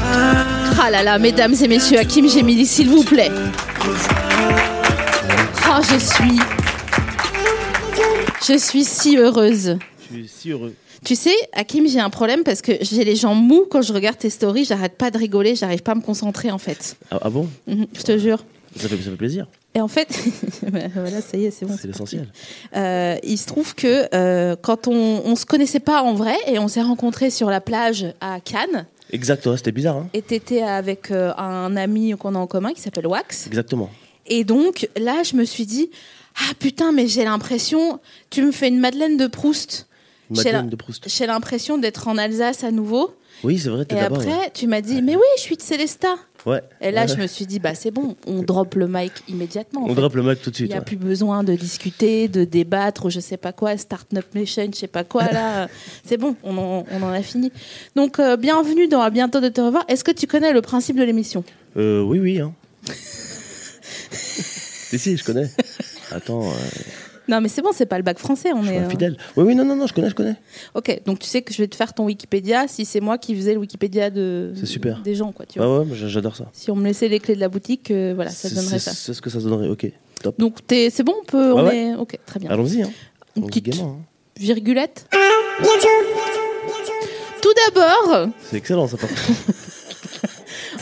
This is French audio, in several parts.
Ah là là, mesdames et messieurs, Hakim Gemili, s'il vous plaît. Oh, je suis. Je suis si heureuse. Je suis si heureux. Tu sais, Hakim, j'ai un problème parce que j'ai les jambes mous quand je regarde tes stories, j'arrête pas de rigoler, j'arrive pas à me concentrer en fait. Ah, ah bon Mhm, Je te jure. ça fait, ça fait plaisir, Et en fait, Bah, voilà, ça y est, c'est bon. c'est l'essentiel. Euh, il se trouve que euh, quand on, on se connaissait pas en vrai et on s'est rencontrés sur la plage à Cannes, Exact, ouais, c'était bizarre, hein et t'étais avec euh, un ami qu'on a en commun qui s'appelle Wax. Exactement. Et donc là, je me suis dit, ah putain, mais j'ai l'impression, tu me fais une Madeleine de Proust. J'ai la- Madeleine de Proust. J'ai l'impression d'être en Alsace à nouveau. Oui, c'est vrai, t'es Et là-bas. après, tu m'as dit, mais oui, je suis de Célestat. Ouais. Ouais. Et là, Ouais, je ouais. me suis dit, bah c'est bon, on drop le mic immédiatement. en On fait. drop le mug tout de Il suite. n'y a ouais. plus besoin de discuter, de débattre, ou je sais pas quoi, Startup Nation, je sais pas quoi, là. C'est bon, on en, on en a fini. Donc, euh, bienvenue dans À bientôt de te revoir. Est-ce que tu connais le principe de l'émission Euh, oui, oui. Hein. si, si, je connais. Attends, euh, Non, mais c'est bon, c'est pas le bac français, on je suis est. un euh, fidèle. Oui, oui, non, non, non, je connais, je connais. Ok, donc tu sais que je vais te faire ton Wikipédia si c'est moi qui faisais le Wikipédia de... C'est super. Bah des gens, quoi, tu Ouais, vois. ouais, moi, j'a- j'adore ça. Si on me laissait les clés de la boutique, euh, voilà, ça C'est- donnerait c'est- ça. C'est ce que ça donnerait, ok. Top. Donc, t'es- c'est bon, on peut. on Ouais, est... Ok, très bien. Allons-y, hein. Une On se petite gamin, hein. virgulette. Tout d'abord, C'est excellent, ça, par contre.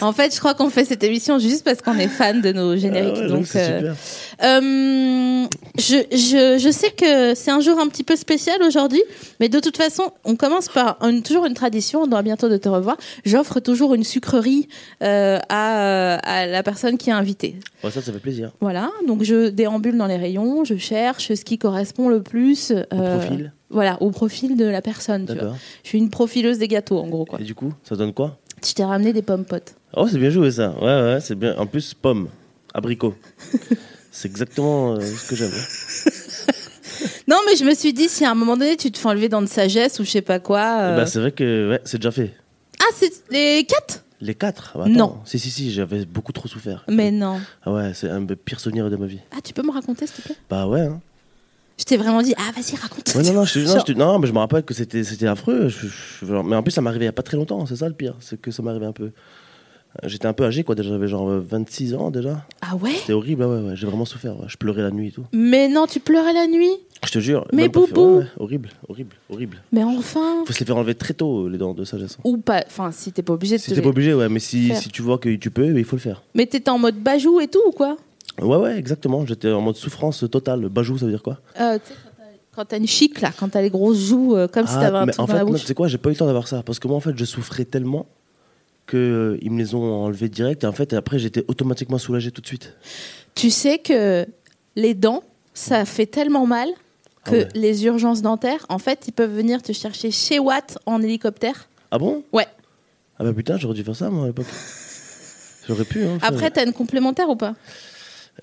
en fait, je crois qu'on fait cette émission juste parce qu'on est fan de nos génériques. Ah ouais, donc, c'est euh, super. euh, je, je- je sais que c'est un jour un petit peu spécial aujourd'hui, mais de toute façon, on commence par une- toujours une tradition. On doit bientôt de te revoir. J'offre toujours une sucrerie euh, à, à la personne qui est invitée. Ouais, ça, ça fait plaisir. Voilà, donc je déambule dans les rayons, je cherche ce qui correspond le plus euh, profil. Voilà, au profil de la personne. tu vois. D'accord. Je suis une profileuse des gâteaux en gros. Quoi. Et du coup, ça donne quoi Je t'ai ramené des pommes potes. Oh, c'est bien joué ça. Ouais, ouais, c'est bien. En plus, pomme, abricot. c'est exactement euh, ce que j'aime. hein. Non, mais je me suis dit, si à un moment donné tu te fais enlever dans de sagesse ou je sais pas quoi. euh, Eh ben, c'est vrai que ouais, c'est déjà fait. Ah, c'est les quatre Les quatre ah bah, Non. attends. Si, si, si, j'avais beaucoup trop souffert. Mais non. Ah ouais, c'est un des pires souvenirs de ma vie. Ah, tu peux me raconter s'il te plaît Bah ouais. hein. Je t'ai vraiment dit, ah, vas-y, raconte. Ouais, non, non, je, te- non, Genre- je te- non, mais je me rappelle que c'était c'était affreux. Je- je- genre- mais en plus, ça m'arrivait il n'y a pas très longtemps. C'est ça le pire. C'est que ça m'arrivait un peu. Euh, J'étais un peu âgé, quoi. Déjà, j'avais genre euh, 26 ans déjà. Ah ouais C'était horrible. ah ouais, ouais, j'ai vraiment souffert. ouais. Je pleurais la nuit et tout. Mais non, tu pleurais la nuit Je te jure. Mais même pas fait- Boubou ouais, ouais, Horrible, horrible, horrible. Mais enfin Faut se les faire enlever très tôt, euh, les dents de sagesse. hein. Ou pas, enfin, si t'es pas obligé de Si te t'es pas les- obligé, ouais, mais si, faire. si tu vois que tu peux, il faut le faire. Mais t'étais en mode bajou et tout ou quoi Ouais, ouais, exactement. J'étais en mode souffrance totale. Bajou, ça veut dire quoi Euh, tu sais, quand t'as- quand t'as une chic là, quand t'as les grosses joues, euh, comme si t'avais un Ah, mais truc en dans fait, la non, bouche. tu sais quoi, j'ai pas eu le temps d'avoir ça. Parce que moi, en fait, je souffrais tellement que euh, ils me les ont enlevés direct. Et en fait, après, j'étais automatiquement soulagé tout de suite. Tu sais que les dents, ça fait tellement mal que Ah ouais. les urgences dentaires, en fait, ils peuvent venir te chercher chez Watt en hélicoptère. Ah bon Ouais. Ah bah putain, j'aurais dû faire ça, moi, à l'époque. J'aurais pu, hein. frère. Après, t'as une complémentaire ou pas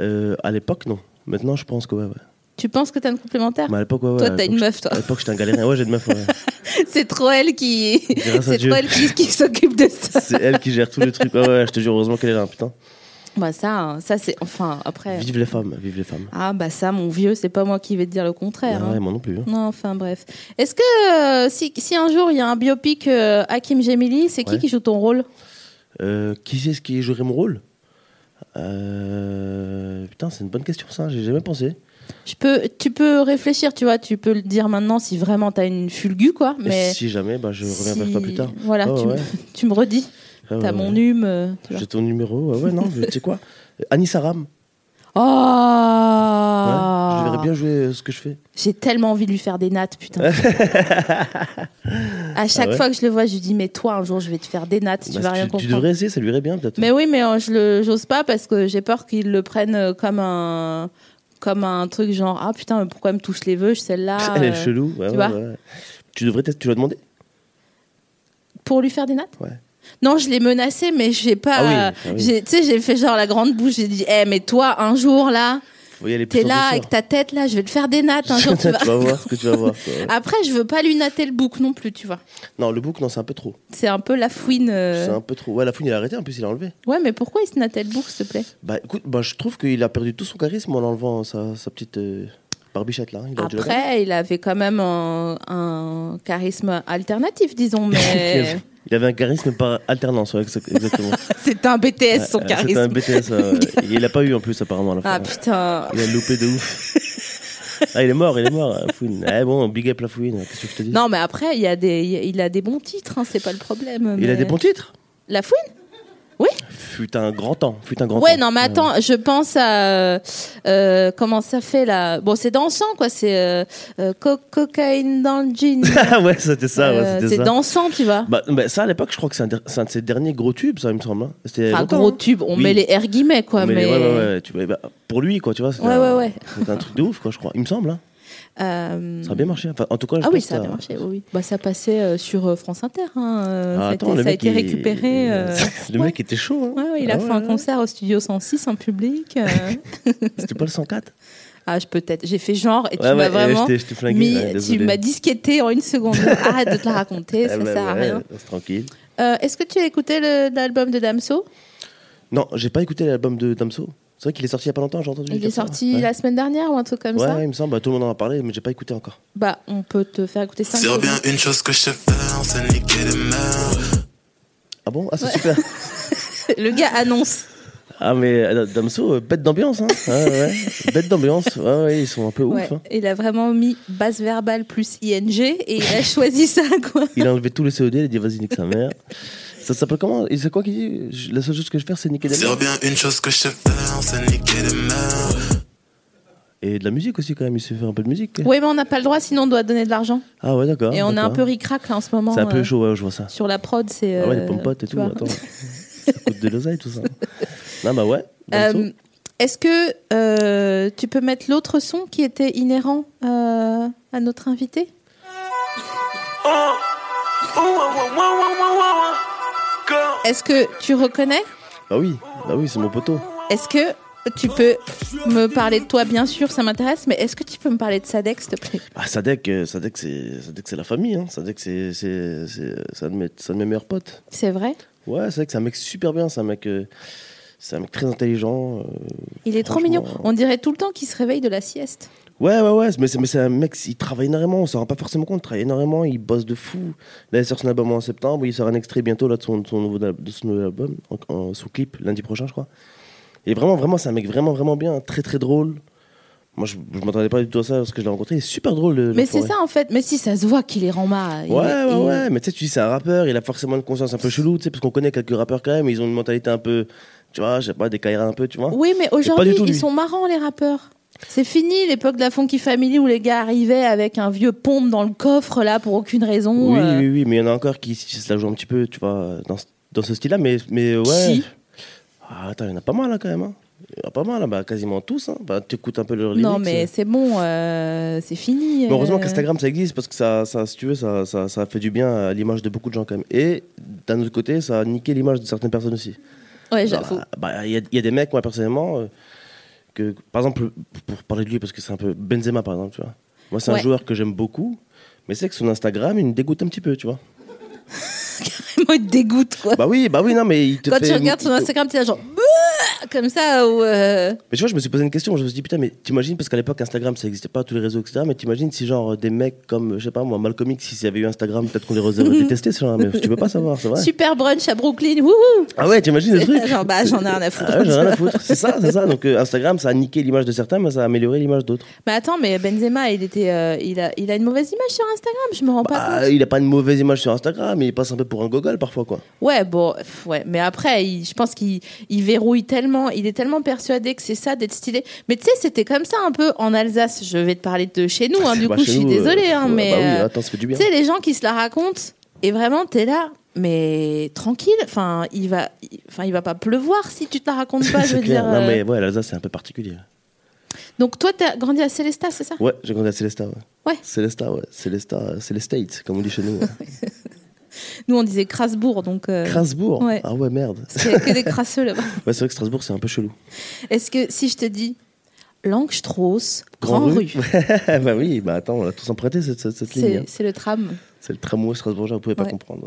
Euh, à l'époque, non. Maintenant, je pense que ouais, ouais. Tu penses que t'as une complémentaire Mais à l'époque, ouais, ouais. Toi, à t'as une l'époque, meuf, toi. j'étais- À l'époque, j'étais un galérien. Ouais, j'ai une meuf, ouais. C'est trop elle qui, Grâce à c'est Dieu. trop elle qui, qui s'occupe de ça. C'est elle qui gère tous les trucs. Ouais, ouais, je te jure, heureusement qu'elle est là, hein, putain. Bah ça, hein, ça c'est enfin après. Vive les femmes, vive les femmes. Ah bah ça, mon vieux, c'est pas moi qui vais te dire le contraire. Ah hein. ouais, moi non plus. hein. Non, enfin bref. Est-ce que euh, si, si un jour il y a un biopic euh, Hakim Gemili, c'est qui Ouais. qui joue ton rôle Euh, qui c'est ce qui jouerait mon rôle Euh, Putain, c'est une bonne question ça, j'ai jamais pensé. Je peux, tu peux réfléchir, tu vois, tu peux le dire maintenant si vraiment t'as une fulgu, quoi. Et Mais si jamais, bah, je reviens si- vers toi plus tard. Voilà, Ouais, tu, ouais, me- tu me redis. Ah, t'as ouais, mon ouais. hume. euh, tu vois. J'ai ton numéro, ouais, ouais, non, mais tu sais quoi Annie Euh, Saram, Oh Je verrais bien jouer euh, ce que je fais. J'ai tellement envie de lui faire des nattes, putain. à chaque Ah ouais fois que je le vois, je lui dis Mais toi, un jour, je vais te faire des nattes, tu Bah, vas tu- rien tu, comprendre. devrais essayer, ça lui irait bien peut-être. Mais oui, mais euh, je le- j'ose pas parce que j'ai peur qu'il le prenne euh, comme un, comme un truc genre Ah putain, mais pourquoi elle me touche les vœux, celle-là Elle est euh, chelou. ouais, tu ouais, vois ouais. Tu devrais peut-être, tu l'as demandé Pour lui faire des nattes Ouais. Non, je l'ai menacé, mais j'ai pas. Ah oui, ah oui. j'ai- Tu sais, j'ai fait genre la grande bouche, j'ai dit Eh, mais toi, un jour, là, Faut y aller plus t'es en là douceur. avec ta tête, là, je vais te faire des nattes, un jour, tu vas. voir ce que tu vas voir. quoi, ouais. Après, je veux pas lui natter le bouc non plus, tu vois. Non, le bouc, non, c'est un peu trop. C'est un peu la fouine. euh. C'est un peu trop. Ouais, la fouine, il a arrêté, en plus, il a enlevé. Ouais, mais pourquoi il se nattait le bouc, s'il te plaît Bah écoute, bah, je trouve qu'il a perdu tout son charisme en enlevant sa, sa petite euh, barbichette là. hein. Il a dû la perdre. Après, il avait quand même un, un charisme alternatif, disons, mais Il avait un charisme par alternance, ouais, exact- exactement. c'est un BTS son Euh, C'était un charisme. BTS. euh, ouais. il l'a pas eu en plus, apparemment, à la fin. Ah putain. Il a loupé de ouf. ah, il est mort, il est mort, la fouine. Eh bon, big up la fouine, qu'est-ce que je te dis Non, mais après, il, y a des, il a des bons titres, hein, c'est pas le problème. Il a mais- des bons titres La fouine Fut un grand temps, fut un grand Ouais, temps. non, mais attends, je pense à. euh, comment ça fait là Bon, c'est dansant, quoi, c'est euh, euh, co- cocaïne dans le jean. Ah ouais, c'était ça, ouais, Euh, c'était c'est ça. dansant, tu vois. Bah, bah, ça, à l'époque, je crois que c'est un, der- c'est un de ses derniers gros tubes, ça, il me semble. hein. C'était Enfin, longtemps, gros hein. tube, on Oui. met les R guillemets, quoi. Mais Mais, ouais, ouais, ouais, tu vois, bah, pour lui, quoi, tu vois. C'était Ouais, un, ouais, ouais. c'était un truc de ouf, quoi, je crois. Il me semble, hein. Euh, Ça a bien marché. hein. Enfin, en tout cas, je Ah pense oui, que ça a bien marché. oui, oui. Bah, ça passait euh, sur euh, France Inter. hein, euh, Ah, ça a attends, été, le ça a mec, été il- récupéré. euh, Le mec était chaud, hein. ouais, ouais, il a Ah fait ouais, un ouais. concert au Studio 106 en public. euh. C'était pas le 104 ah, je peut-être. J'ai fait genre et tu Ouais, ouais, m'as ouais, eh, vraiment je t'ai- je t'ai flingué, mis- ouais, tu désolé. m'as disquetté en une seconde. Arrête de te la raconter, ça Ah bah, sert à ouais, rien. reste tranquille. Euh, Est-ce que tu as écouté le- l'album de Damso Non, j'ai pas écouté l'album de Damso. C'est vrai qu'il est sorti il y a pas longtemps, j'ai entendu. Il comme est ça. sorti Ouais. la semaine dernière ou un truc comme ouais, ça il me semble. Bah, tout le monde en a parlé, mais j'ai pas écouté encore. Bah, on peut te faire écouter ça. C'est bien une chose que je sais faire, c'est niquer les mères. Ah bon Ah, c'est super. Le gars annonce. Ah, mais euh, Damso, euh, bête d'ambiance, hein. Ouais, ouais. Bête d'ambiance. Ouais, ouais, ils sont un peu Ouais, ouf. hein. Il a vraiment mis base verbale plus ing et il a choisi ça quoi. Il a enlevé tous les COD, il a dit vas-y, nique sa mère. Ça s'appelle comment Et c'est quoi qu'il dit Je- La seule chose que je fais, c'est niquer des C'est mères. bien une chose que je sais faire, c'est niquer les mères. Et de la musique aussi, quand même. Il sait faire un peu de musique. Oui, mais on n'a pas le droit, sinon on doit donner de l'argent. Ah, ouais, d'accord. et on est un d'accord. peu ricrac là en ce moment. C'est un peu euh, chaud, ouais, je vois ça. Sur la prod, c'est. Ah ouais, euh, les pommes potes et tu tout, vois. attends. ça coûte de l'oseille tout ça. Non, bah ouais. Damso. Euh, Est-ce que euh, tu peux mettre l'autre son qui était inhérent euh, à notre invité Est-ce que tu reconnais Bah oui, bah oui, c'est mon poteau. Est-ce que tu peux me parler de toi, bien sûr, ça m'intéresse, mais est-ce que tu peux me parler de Sadek, s'il te plaît Ah, Sadek, euh, Sadek, c'est, Sadek, c'est la famille, hein. Sadek, c'est, c'est, c'est, c'est un de mes, c'est un de mes meilleurs potes. C'est vrai Ouais, Sadek, c'est un mec super bien, c'est un mec, euh, c'est un mec très intelligent. euh. Il est trop mignon. Franchement, On dirait tout le temps qu'il se réveille de la sieste. Ouais, ouais, ouais, mais c'est, mais c'est un mec, il travaille énormément, on s'en rend pas forcément compte, il travaille énormément, il bosse de fou. Là, il sort son album en septembre, il sort un extrait bientôt là, de, son, de son nouveau, de son nouvel album, en- en- son clip, lundi prochain, je crois. Et vraiment, vraiment, c'est un mec vraiment, vraiment bien, très, très drôle. Moi, je, je m'attendais pas du tout à ça parce que je l'ai rencontré, il est super drôle. le- Mais l'enfoiré. c'est ça en fait. Mais si ça se voit qu'il est rama. il- Ouais, ouais, il- ouais, mais tu sais, tu dis c'est un rappeur, il a forcément une conscience un peu chelou, tu sais, parce qu'on connaît quelques rappeurs quand même, ils ont une mentalité un peu, tu vois, je sais pas, des caïras un peu, tu vois. Oui, mais du aujourd'hui tout lui. ils sont marrants les rappeurs. C'est fini l'époque de la Funky Family où les gars arrivaient avec un vieux pompe dans le coffre là pour aucune raison. oui, euh, oui, oui, mais il y en a encore qui, se la jouent un petit peu, tu vois, dans, ce- dans ce style-là, mais, mais ouais. Qui ah, attends, il y en a pas mal là quand même, hein. Il y en a pas mal là, bah, quasiment tous, hein. Bah, tu écoutes un peu leur Non mais c'est bon, euh, c'est fini. Mais heureusement euh. qu'Instagram ça existe parce que ça, ça si tu veux, ça, ça, ça fait du bien à l'image de beaucoup de gens quand même. Et d'un autre côté, ça a niqué l'image de certaines personnes aussi. Ouais, Genre, j'avoue. bah, Il y, a- il y a des mecs, moi personnellement, euh, que, par exemple, pour parler de lui, parce que c'est un peu Benzema, par exemple, tu vois. Moi, c'est Ouais. un joueur que j'aime beaucoup, mais c'est que son Instagram, il me dégoûte un petit peu, tu vois. Moi, il te dégoûte quoi. Bah oui, bah oui, non, mais il te Quand fait- tu regardes il son te- Instagram, t'es là genre Bouh comme ça ou. euh, Mais tu vois, je me suis posé une question, je me suis dit, putain, mais t'imagines, parce qu'à l'époque, Instagram, ça n'existait pas, tous les réseaux, etc., mais t'imagines si, genre, des mecs comme, je sais pas, moi, Malcolm X, s'il y avait eu Instagram, peut-être qu'on les aurait détestés, ces gens-là, mais tu peux pas savoir, c'est vrai. Super brunch à Brooklyn, wouhou Ah ouais, t'imagines le truc Genre, bah, j'en ai rien à foutre. Ah ouais, j'en ai rien à foutre. C'est ça, c'est ça. Donc, euh, Instagram, ça a niqué l'image de certains, mais ça a amélioré l'image d'autres. Mais attends, mais Benzema, il était, euh, il a, il a une mauvaise image sur Instagram. Je me rends pas Bah, compte. il a pas une mauvaise image sur Instagram, mais il passe un peu pour un gogol parfois, quoi. Ouais, bon, pff, ouais. Mais après, il- je pense qu'il il verrouille tellement tellement, il est tellement persuadé que c'est ça d'être stylé. Mais tu sais, c'était comme ça un peu en Alsace. Je vais te parler de chez nous, hein, du Bah, coup, chez je suis nous, euh, désolée, hein, ouais, mais. bah oui, euh, attends, ça fait du bien. Tu sais, les gens qui se la racontent, et vraiment, t'es là, mais tranquille. Enfin, il va, il- enfin, il va pas pleuvoir si tu te la racontes pas, je C'est veux clair. dire. Non, euh. mais ouais, l'Alsace, c'est un peu particulier. Donc, toi, t'as grandi à Célestat, c'est ça Ouais, j'ai grandi à Célesta. Ouais. Ouais. Célesta, ouais. Célesta, euh, c'est les States, comme on dit chez nous. hein. ouais. Nous, on disait Crasbourg, donc. euh, Strasbourg Ouais. Ah ouais, merde. parce qu'il y a que des crasseux là-bas. Ouais, c'est vrai que Strasbourg, c'est un peu chelou. Est-ce que si je te dis Langstrauss, Grand Grand, rue. Rue, bah oui, bah attends, on a tous emprunté cette, cette, cette ligne. c'est hein. c'est le tram. C'est le tramway strasbourgeois, vous pouvez pas Ouais. comprendre.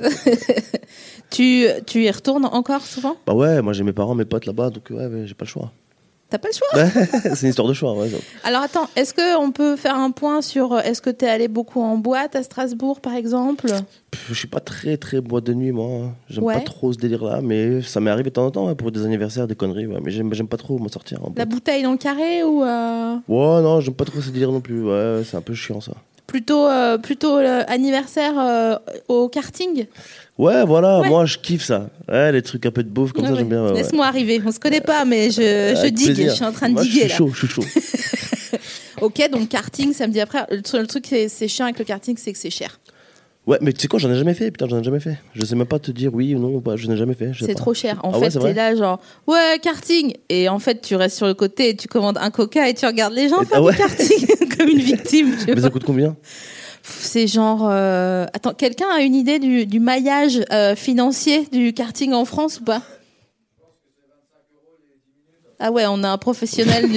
Tu, tu y retournes encore souvent bah ouais, moi j'ai mes parents, mes potes là-bas, donc ouais, ouais, j'ai pas le choix. T'as pas le Bah. choix c'est une histoire de choix, ouais. ça. Alors attends, est-ce qu'on peut faire un point sur euh, est-ce que t'es allé beaucoup en boîte à Strasbourg par exemple Pff, Je suis pas très très boîte de nuit, moi. hein. J'aime Ouais. pas trop ce délire-là, mais ça m'est arrivé de temps en temps ouais, pour des anniversaires, des conneries, ouais. Mais j'aime j'aime pas trop m'en sortir. en La boîte. bouteille dans le carré ou euh, Ouais, non, j'aime pas trop ce délire non plus. Ouais, c'est un peu chiant ça. plutôt, euh, plutôt euh, anniversaire euh, au karting Ouais, voilà, Ouais. moi je kiffe ça. Ouais, les trucs un peu de bouffe comme Ouais, ça, ouais. j'aime bien. ouais, ouais. Laisse-moi arriver, on se connaît pas mais je, je Avec digue, plaisir. je suis en train de Moi, diguer Je là. suis chaud, je suis chaud. Ok donc karting samedi après, le, tru- le truc qui est- c'est chiant avec le karting c'est que c'est cher. Ouais, mais tu sais quoi, j'en ai jamais fait, putain, j'en ai jamais fait. Je sais même pas te dire oui ou non, bah, je n'ai jamais fait. je sais C'est pas. trop cher. En Ah ouais, fait, c'est t'es vrai là genre ouais karting et en fait tu restes sur le côté et tu commandes un coca et tu regardes les gens Et- faire ah ouais. du karting comme une victime. tu Mais vois. ça coûte combien Pff, C'est genre euh, attends quelqu'un a une idée du, du maillage euh, financier du karting en France ou pas ah ouais, on a un professionnel du-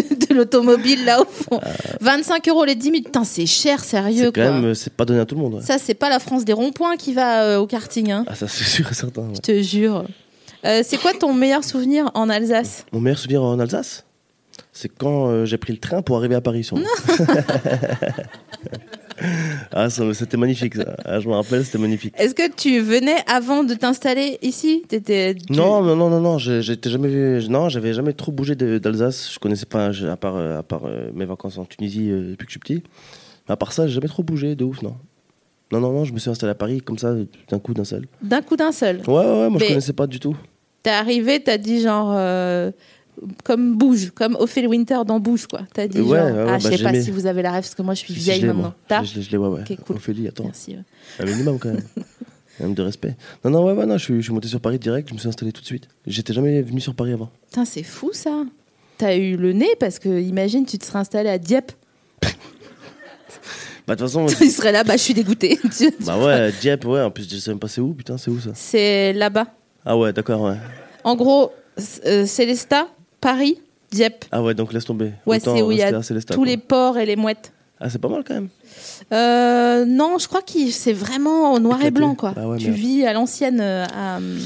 de l'automobile là au fond. 25 euros les 10 minutes. Putain, c'est cher, sérieux Euh. C'est quand quoi. même, euh, c'est pas donné à tout le monde. ouais. Ça, c'est pas la France des ronds-points qui va euh, au karting. Hein. Ah, ça c'est sûr et certain. ouais. Je te jure. Euh, c'est quoi ton meilleur souvenir en Alsace Mon meilleur souvenir en Alsace, c'est quand euh, j'ai pris le train pour arriver à Paris. sûrement. ah, ça- c'était magnifique ça. Ah, je me rappelle, c'était magnifique. Est-ce que tu venais avant de t'installer ici T'étais- tu- Non, non, non, non, non, j'ai- j'étais jamais vu- non, j'avais jamais trop bougé de- d'Alsace. Je connaissais pas, je- à part, euh, à part euh, mes vacances en Tunisie euh, depuis que je suis petit. Mais à part ça, j'ai jamais trop bougé, de ouf, non. Non, non, non, je me suis installé à Paris comme ça, d'un coup, d'un seul. D'un coup d'un seul. Ouais, ouais, ouais, moi Mais- je connaissais pas du tout. T'es arrivé, t'as dit genre. euh, comme bouge, comme Ophélie Winter dans bouge, quoi. T'as dit Ouais, genre. ouais, ouais, ah, je bah, sais j'ai pas aimé. si vous avez la rêve, parce que moi je suis Si, si, vieille je l'ai, maintenant. moi. T'as Je l'ai, je l'ai, ouais, ouais. Ok, cool. Ophélie, attends. Merci. ouais. Un minimum quand même. Un minimum de respect. Non, non, ouais, ouais, non, je suis, je suis monté sur Paris direct, je me suis installé tout de suite. J'étais jamais venu sur Paris avant. Putain, c'est fou ça. T'as eu le nez parce que, imagine, tu te serais installé à Dieppe. Bah, de toute façon. tu serais là, bah je suis dégoûtée. Tu- tu- bah, ouais, Dieppe, ouais, en plus, je sais même pas c'est où, putain, c'est où ça c'est là-bas. Ah, ouais, d'accord, ouais. En gros, c- euh, Célestat, Paris, Dieppe. Ah, ouais, donc laisse tomber. Ouais, Autant c'est où il y a rester à Célestat, tous quoi. les ports et les mouettes. hein. Ah, c'est pas mal quand même. Euh, non, je crois que c'est vraiment en noir et Éclaté. blanc, quoi. Ah ouais, tu merde. vis à l'ancienne. euh, à, euh,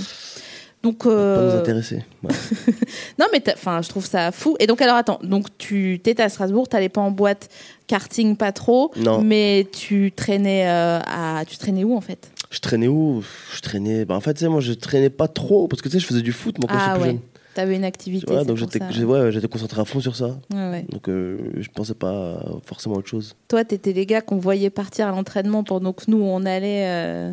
Donc, Pas nous euh, intéresser. Ouais. non, mais t'as- enfin, je trouve ça fou. Et donc, alors, attends. Donc, tu t'étais à Strasbourg, t'allais pas en boîte, karting pas trop, Non. mais tu traînais euh, à, tu traînais où en fait Je traînais où Je traînais. Bah, en fait, tu sais, moi, je traînais pas trop parce que tu sais, je faisais du foot, moi, quand Ah j'étais plus ouais, t'avais une activité. jeune. Ouais, c'est donc pour j'étais ça. j'ai- ouais, j'étais concentré à fond sur ça. Ouais, ouais. Donc, euh, je pensais pas forcément à autre chose. Toi, t'étais les gars qu'on voyait partir à l'entraînement pendant que nous, on allait. euh,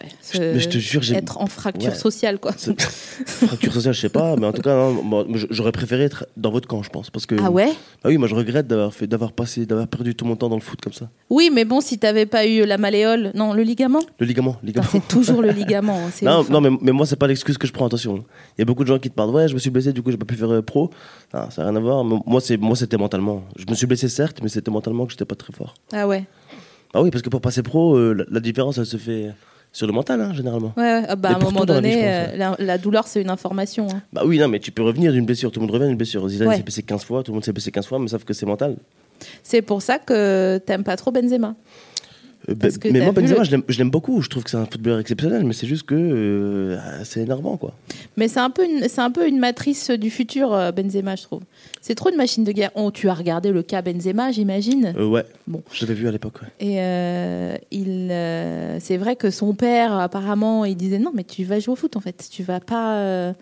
ouais, se- mais je te jure, j'ai- être en fracture Ouais. sociale, quoi. C'est- Fracture sociale, je sais pas, mais en tout cas, non, moi, je- j'aurais préféré être dans votre camp, je pense, parce que. Ah ouais Ah oui, moi je regrette d'avoir fait, d'avoir passé, d'avoir perdu tout mon temps dans le foot comme ça. Oui, mais bon, si t'avais pas eu la malléole, non, le ligament. Le ligament, ligament. Putain, C'est toujours le ligament. hein, c'est Non, ouf, hein. non mais, mais moi c'est pas l'excuse que je prends, attention. Il y a beaucoup de gens qui te parlent, ouais, je me suis blessé, du coup j'ai pas pu faire euh, pro. Non, ça n'a rien à voir. mais Moi, c'est, moi c'était mentalement. Je me suis blessé certes, mais c'était mentalement que j'étais pas très fort. Ah ouais. Ah oui, parce que pour passer pro, euh, la, la différence elle se fait sur le mental, hein, généralement. Ouais, ouais. Ah bah, à Mais un pour moment tout dans la vie, donné, je pense, euh, la, la douleur, c'est une information. hein. Bah oui, non, mais tu peux revenir d'une blessure, tout le monde revient d'une blessure. Zidane Ouais. s'est blessé 15 fois, tout le monde s'est blessé 15 fois, mais savent que c'est mental. C'est pour ça que t'aimes pas trop Benzema. Euh, ben- Parce que mais t'as moi, vu Benzema, le- je l'aime- je l'aime beaucoup. Je trouve que c'est un footballeur exceptionnel, mais c'est juste que euh, ah, c'est énervant, quoi. Mais c'est un peu une, c'est un peu une matrice du futur, euh, Benzema, je trouve. C'est trop une machine de guerre. Oh, tu as regardé le cas Benzema, j'imagine. Euh, ouais, Bon. je l'avais vu à l'époque. ouais. Et euh, il, euh, c'est vrai que son père, apparemment, il disait non, mais tu vas jouer au foot en fait, tu vas pas. euh.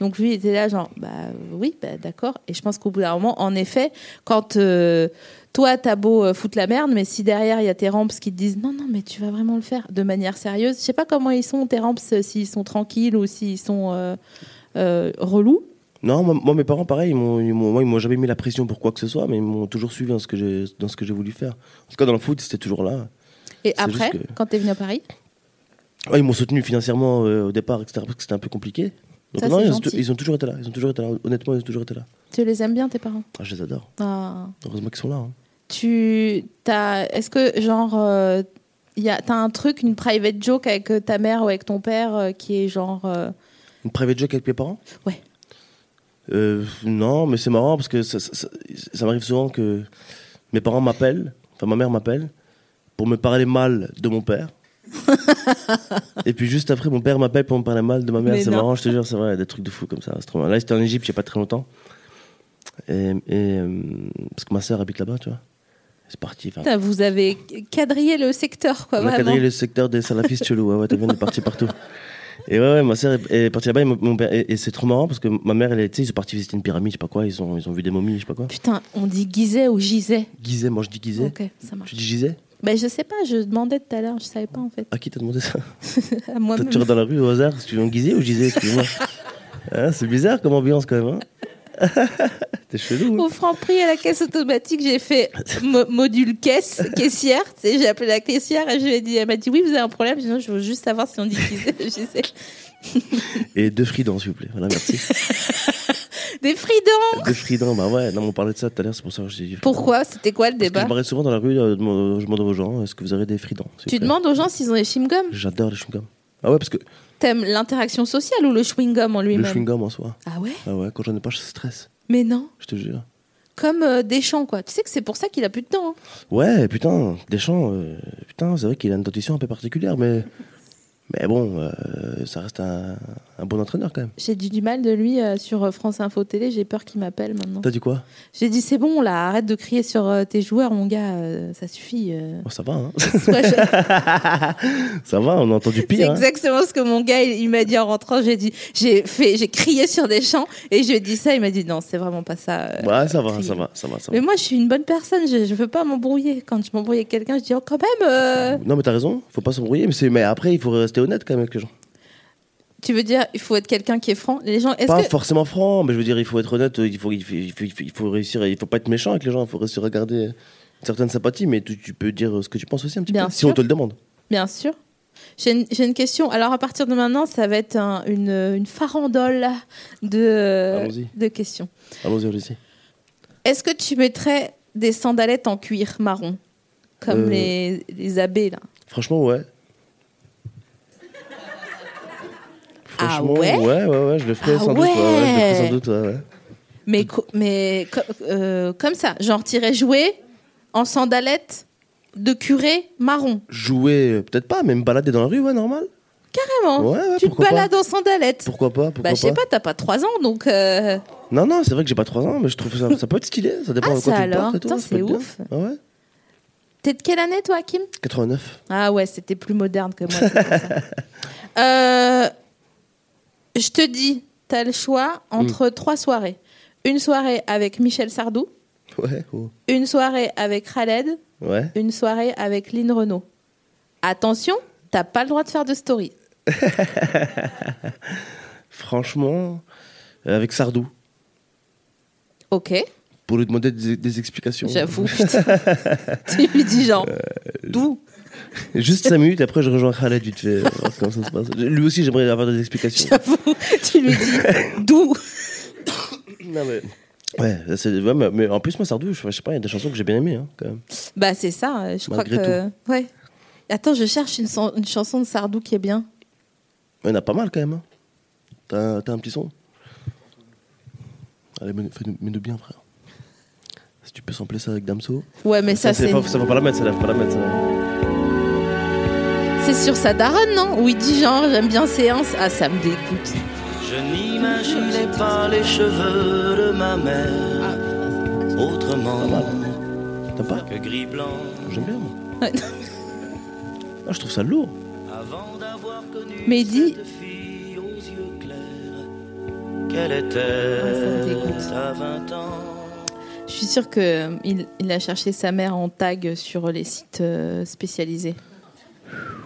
Donc lui il était là genre bah oui bah d'accord et je pense qu'au bout d'un moment en effet quand euh, toi t'as beau euh, foutre la merde mais si derrière il y a tes ramps qui te disent non non mais tu vas vraiment le faire de manière sérieuse je sais pas comment ils sont tes ramps euh, s'ils sont tranquilles ou s'ils sont euh, euh, relou. Non, moi, moi, mes parents, pareil, ils m'ont, ils m'ont- moi, ils m'ont jamais mis la pression pour quoi que ce soit, mais ils m'ont toujours suivi dans ce que j'ai, dans ce que j'ai voulu faire. En tout cas, dans le foot, c'était toujours là. Et C'est après, juste que- quand t'es venu à Paris, Ouais, ils m'ont soutenu financièrement euh, au départ, etc., parce que c'était un peu compliqué. Donc, Ça, non, c'est ils, ont, gentil. ils ont toujours été là. Ils ont toujours été là. Honnêtement, ils ont toujours été là. tu les aimes bien tes parents Ah, je les adore. Ah. Heureusement qu'ils sont là. hein. Tu t'as est-ce que genre euh, il y a t'as un truc une private joke avec euh, ta mère ou avec ton père euh, qui est genre euh, Une private joke avec mes parents ouais Euh, non, mais c'est marrant parce que ça, ça- ça- ça m'arrive souvent que mes parents m'appellent, enfin ma mère m'appelle, pour me parler mal de mon père. et puis juste après, mon père m'appelle pour me parler mal de ma mère. Mais C'est non. marrant, je te jure, c'est vrai, des trucs de fou comme ça. c'est trop marrant. Là, j'étais en Égypte il n'y a pas très longtemps. Et, et, euh, parce que ma soeur habite là-bas, tu vois. C'est parti. enfin, Putain, vous avez quadrillé le secteur quoi on a Ah, vraiment cadré le secteur des salafistes chelous. Ouais, ouais, t'as vu, on est parti partout. Et ouais, ouais, ma sœur est- est partie là-bas et, mon- mon père- et- et c'est trop marrant parce que ma mère, elle, est- tu sais, ils sont partis visiter une pyramide, je sais pas quoi, ils ont, ils ont vu des momies, je sais pas quoi. Putain, on dit guisait ou gisait. Gizet, moi je dis Gizet. Ok, ça marche. Tu dis Gizet Ben je sais pas, je demandais tout à l'heure, je savais pas en fait. À qui t'as demandé ça À T'as moi-même. tiré dans la rue au hasard Est-ce que tu veux Gizet ou Gizet Excuse-moi. Hein, c'est bizarre comme ambiance quand même. hein. T'es chelou. hein. Au franc prix à la caisse automatique, j'ai fait mo- module caisse, caissière. Tu sais, J'ai appelé la caissière et je lui ai dit, elle m'a dit oui, vous avez un problème. Sinon, je veux juste savoir si on dit guisait ou gisait. Et deux fridans, s'il vous plaît. Voilà, merci. Des fridons deux fridans, bah ouais, non, mais on parlait de ça tout à l'heure, c'est pour ça que j'ai dit. fridans. Pourquoi C'était quoi le Parce que je débat me barrais souvent dans la rue, euh, demande- je demande aux gens est-ce que vous avez des fridans s'il Tu vous plaît demandes aux gens s'ils ont des chewing-gums J'adore les chewing-gums. Ah ouais, parce que T'aimes l'interaction sociale ou le chewing-gum en le lui-même chewing-gum en soi. Ah ouais Ah ouais, quand j'en ai pas, je stresse, Mais non. je te jure. Comme euh, Deschamps, quoi. Tu sais que c'est pour ça qu'il a plus de dents. hein. Ouais, putain, Deschamps, euh, putain, c'est vrai qu'il a une dentition un peu particulière, mais, mais bon, euh, ça reste un, un bon entraîneur quand même. J'ai dit du mal de lui euh, sur euh, France Info Télé, j'ai peur qu'il m'appelle maintenant. T'as dit quoi J'ai dit c'est bon là, arrête de crier sur euh, tes joueurs mon gars, euh, ça suffit. euh. Oh, Ça va, hein Soit je- ça va, on a entendu C'est pire. hein. exactement ce que mon gars il, il m'a dit en rentrant, j'ai dit j'ai fait j'ai crié sur des champs et je lui ai dit ça, il m'a dit non, c'est vraiment pas ça. euh, Ouais, ça va, crier. ça va, ça va, ça va. Mais moi je suis une bonne personne, je, je veux pas m'embrouiller. Quand je m'embrouille avec quelqu'un, je dis oh quand même euh, Non, mais t'as raison, faut pas s'embrouiller, mais, c'est- mais après, il faut rester honnête quand même avec les gens. tu veux dire il faut être quelqu'un qui est franc. Les gens est-ce Pas que forcément franc, mais je veux dire, il faut être honnête, il faut, il faut, il faut, il faut- il faut réussir, à- il faut pas être méchant avec les gens, il faut rester regarder une certaine sympathie, mais tu, tu peux dire ce que tu penses aussi un petit Bien peu, si sûr. on te le demande. Bien sûr. J'ai une, j'ai une question. Alors, à partir de maintenant, ça va être un- une, une farandole de, Allons-y. de questions. Allons-y, allons-y. Est-ce que tu mettrais des sandalettes en cuir marron, comme Euh. les, les abbés, là Franchement, ouais. Ah Franchement, ouais ouais, ouais, ouais, je le ferai Ah sans doute. ouais, ouais, je le ferai ouais sans doute, ouais, ouais. Mais, co- mais co- euh, comme ça, genre, t'irais jouer en sandalettes de curé marron. Jouer, euh, peut-être pas, mais me balader dans la rue, ouais, normal. Vraiment Ouais, ouais, Tu te pourquoi pas. balades en sandalettes Pourquoi pas, pourquoi Bah, je sais pas, t'as pas 3 ans, donc... euh, Non, non, c'est vrai que j'ai pas 3 ans, mais je trouve ça, ça peut être stylé, ça dépend Ah, de ça quoi tu le alors. portes et tout. Putain, ça peut être c'est bien. ouf. Ah ouais T'es de quelle année, toi, Kim 89. Ah ouais, c'était plus moderne que moi. c'est pour ça. Euh, je te dis, t'as le choix entre trois soirées. Une soirée avec Michel Sardou, Ouais, oh. une soirée avec Khaled, ouais. une soirée avec Lynn Renault. Attention, t'as pas le droit de faire de story. Franchement, euh, avec Sardou, Ok, pour lui demander des, des explications. j'avoue. putain. tu lui dis genre, d'où Juste 5 minutes, après je rejoins Khaled vite fait, voir comment ça se passe. Lui aussi, j'aimerais avoir des explications. J'avoue, tu lui dis d'où Non, mais... Ouais, c'est- ouais, mais, mais en plus, moi, Sardou, je, je sais pas, il y a des chansons que j'ai bien aimées, hein, quand même. Bah c'est ça, euh, je crois Malgré que... Ouais. Attends, je cherche une, san- une chanson de Sardou qui est bien. Il y en a pas mal, quand même. hein. T'as t'as un petit son Allez, mets-nous fais-nous- mets-nous bien, frère. Si tu peux sampler ça avec Damso. Ouais, mais ça, c'est... pas, ça faut pas la mettre, ça, là, faut pas la mettre. ça. C'est sur sa daronne, non Où il dit genre, j'aime bien séance. Ah, ça me dégoûte. Je n'imaginais pas les cheveux de ma mère autrement hein. T'as pas que gris blanc. J'aime bien, moi. Ouais. Ah, je trouve ça lourd. Avant d'avoir connu Mais dis- cette fille aux yeux clairs, qu'elle était dégoûte. à 20 ans. Je suis sûre qu'il il il a cherché sa mère en tag sur les sites euh, spécialisés.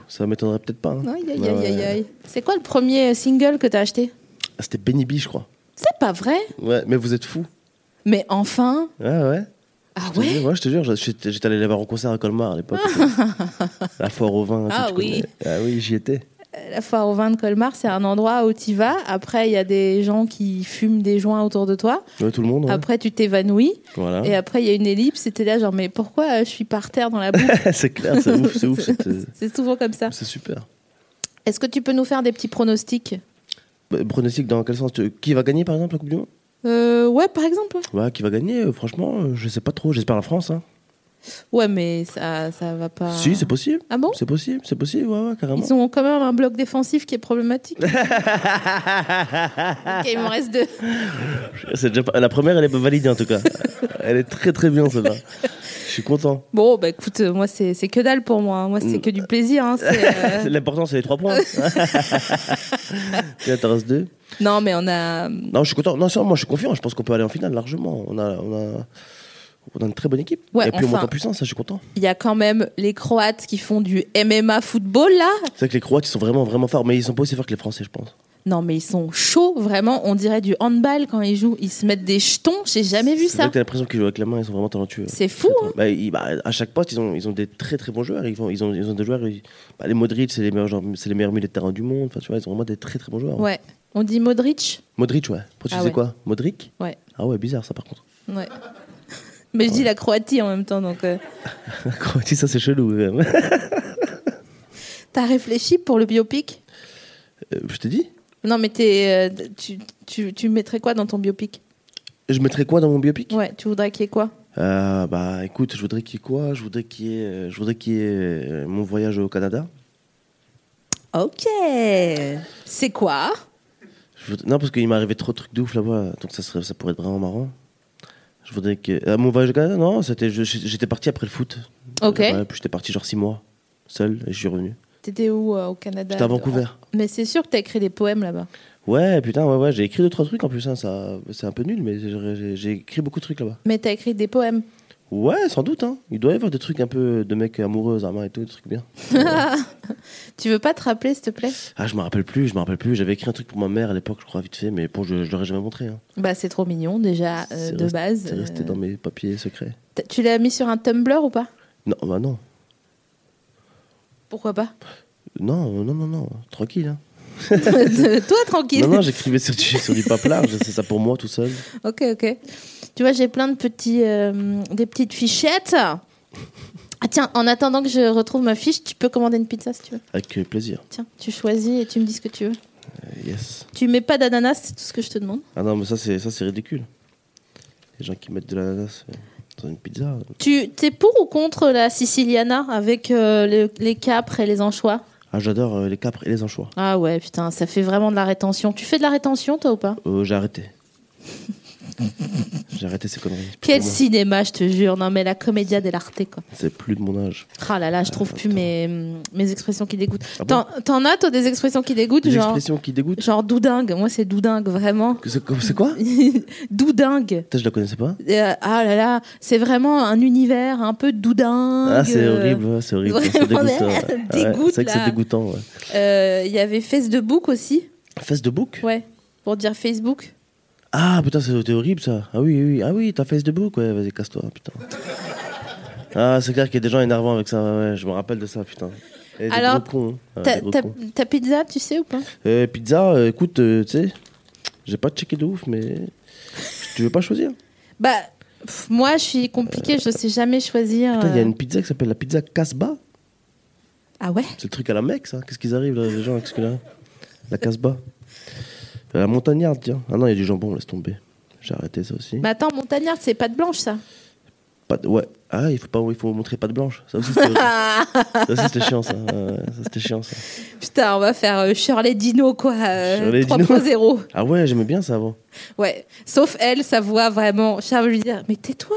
Ça m'étonnerait peut-être pas. hein. Aïe, aïe, Ouais, aïe, ouais. aïe, aïe. C'est quoi le premier euh, single que t'as acheté Ah, C'était Benny B, je crois. C'est pas vrai. Ouais, mais vous êtes fous. Mais enfin. Ouais, ouais. Ah Je te ouais. jure, ouais, je te jure, je- j'étais j'étais allé les voir au concert à Colmar à l'époque. la foire au vin. tu sais, Ah tu oui. connais. Ah oui, j'y étais. La foire au vin de Colmar, c'est un endroit où tu vas. Après, il y a des gens qui fument des joints autour de toi. Ouais, tout le monde. ouais. Après, tu t'évanouis. Voilà. Et après, il y a une ellipse. C'était là, genre, mais pourquoi euh, je suis par terre dans la boue c'est clair, c'est ouf, c'est ouf. cette, euh, C'est souvent comme ça. C'est super. Est-ce que tu peux nous faire des petits pronostics Bah, Pronostic dans quel sens tu- Qui va gagner par exemple la Coupe du Monde Euh, Ouais, par exemple. Ouais, qui va gagner euh, Franchement, euh, je sais pas trop. J'espère la France. hein. Ouais, mais ça, ça va pas. Si, c'est possible. Ah bon C'est possible, c'est possible, ouais, ouais, carrément. Ils ont quand même un bloc défensif qui est problématique. ok, il me reste deux. C'est déjà pas- La première, elle est validée en tout cas. elle est très très bien celle-là. Je suis content. Bon, bah écoute, euh, moi c'est c'est que dalle pour moi. Moi Mm. c'est que du plaisir. hein, c'est, euh, L'important, c'est les trois points. Il t'en reste deux. Non, mais on a. Non, je suis content. Non, ça, moi, je suis confiant. Je pense qu'on peut aller en finale largement. On a, on a, on a une très bonne équipe. Ouais, Et puis on enfin. monte en puissance, ça, je suis content. Il y a quand même les Croates qui font du MMA football là. C'est vrai que les Croates, ils sont vraiment, vraiment forts. Mais ils sont pas aussi forts que les Français, je pense. Non, mais ils sont chauds, vraiment. On dirait du handball quand ils jouent. Ils se mettent des jetons. J'ai jamais vu C'est vrai ça. que t'as l'impression qu'ils jouent avec la main, ils sont vraiment talentueux. C'est fou, hein. Bah, ils- bah, à chaque poste, ils ont, ils ont des très très bons joueurs. Ils, vont- ils, ont, ils ont des joueurs. ils- bah, les Modric, c'est les meilleurs, genre, c'est les meilleurs milieux de terrain du monde. Enfin, tu vois, ils ont vraiment des très très bons joueurs. hein. Ouais. On dit Modric. Modric, ouais. Pourquoi tu Ah disais ouais. quoi Modric Ouais. Ah ouais, bizarre ça par contre. Ouais. Mais je dis la Croatie en même temps, donc. euh, La Croatie, ça c'est chelou. quand même. Euh, T'as réfléchi pour le biopic Euh, je t'ai dit Non, mais t'es, euh, tu, tu, tu mettrais quoi dans ton biopic Je mettrais quoi dans mon biopic Ouais, tu voudrais qu'il y ait quoi Euh, Bah écoute, je voudrais qu'il y ait quoi Je voudrais qu'il y ait, euh, je voudrais qu'il y ait euh, mon voyage au Canada. Ok. C'est quoi Je voudrais- Non, parce qu'il m'est arrivé trop de trucs de ouf là-bas, donc ça, serait, ça pourrait être vraiment marrant. Je voudrais que. Ah, mon voyage au Canada, non, c'était, je- j'étais parti après le foot. Ok. Ouais, puis j'étais parti genre six mois, seul, et je suis revenu. T'étais où euh, au Canada J'étais à Vancouver. Mais c'est sûr que t'as écrit des poèmes là-bas. Ouais, putain, ouais, ouais, j'ai écrit deux, trois trucs en plus, hein, ça, c'est un peu nul, mais j'ai, j'ai- j'ai écrit beaucoup de trucs là-bas. Mais t'as écrit des poèmes. Ouais, sans doute, hein. Il doit y avoir des trucs un peu de mecs amoureux, Zama et tout, des trucs bien. Tu veux pas te rappeler, s'il te plaît Ah, je me rappelle plus, je me rappelle plus. J'avais écrit un truc pour ma mère à l'époque, je crois, vite fait, mais bon, je, je l'aurais jamais montré. hein. Bah, c'est trop mignon déjà euh, C'est de resté- base. C'est resté Euh, dans mes papiers secrets. t'as- Tu l'as mis sur un Tumblr ou pas Non, bah non. Pourquoi pas Non, non, non, non, tranquille. Hein. Toi, tranquille. Non, non, j'écrivais sur du, sur du pape large, c'est ça pour moi tout seul. Ok, ok. Tu vois, j'ai plein de petits, euh, des petites fichettes. Ah tiens, en attendant que je retrouve ma fiche, tu peux commander une pizza si tu veux. Avec euh, plaisir. Tiens, tu choisis et tu me dis ce que tu veux. Euh, yes. Tu mets pas d'ananas, c'est tout ce que je te demande. Ah non, mais ça, c'est ça, c'est ridicule. Les gens qui mettent de l'ananas euh, dans une pizza. euh. Tu t'es pour ou contre la siciliana avec euh, le- les capres et les anchois Ah, j'adore euh, les capres et les anchois. Ah ouais, putain, ça fait vraiment de la rétention. Tu fais de la rétention, toi ou pas Euh, j'ai arrêté. j'ai arrêté ces conneries. C'est plus Quel de mon- cinéma, je te jure. Non mais la comédia dell'arte, quoi. C'est plus de mon âge. Ah là là, je trouve plus mes, mes expressions qui dégoûtent. Ah bon T'en- T'en as, toi, des expressions qui dégoûtent Des genre... expressions qui dégoûtent. Genre doudingue, moi c'est doudingue, vraiment. Que C'est c'est quoi doudingue. Putain, je la connaissais pas. Euh, ah là là, c'est vraiment un univers un peu doudingue. Ah, c'est horrible, ouais, c'est horrible. C'est Vraiment, dégoûtant. elle ouais. Ouais, dégoûte, c'est vrai que là. c'est dégoûtant. Ouais. Euh, Il y avait Facebook aussi, Face de bouc ouais, pour dire Facebook. Ah putain, c'était horrible ça. Ah oui, oui, ah oui, ta face de bouc, ouais, vas-y, casse-toi, putain. Ah, c'est clair qu'il y a des gens énervants avec ça, ouais, ouais, je me rappelle de ça, putain. Et des Alors, gros cons, hein. Ouais, Ta, des gros ta- cons. ta pizza, tu sais ou pas Euh, pizza, euh, écoute, euh, tu sais, j'ai pas checké de ouf, mais tu veux pas choisir Bah, pff, moi je suis compliquée, je sais jamais choisir. Putain, il y a euh. une pizza qui s'appelle la pizza Casbah. Ah ouais C'est le truc à la Mecque, ça. Qu'est-ce qu'ils arrivent, là, les gens, avec ce que là La Casbah. Euh, La montagnarde, tiens. Ah non, il y a du jambon, laisse tomber. J'ai arrêté ça aussi. Mais attends, montagnard, c'est pas de blanche ça. Pâte- ouais. Ah, il faut pas, il faut montrer pâte blanche. Ça aussi, c'était, ça aussi, c'était chiant, ça. Ouais, ça, c'était chiant, ça. Putain, on va faire euh, Shirley Dino quoi, euh, Shirley Dino. 3.0. Ah ouais, j'aimais bien ça avant. Ouais, sauf elle, sa voix vraiment. Charles lui dire, mais tais-toi.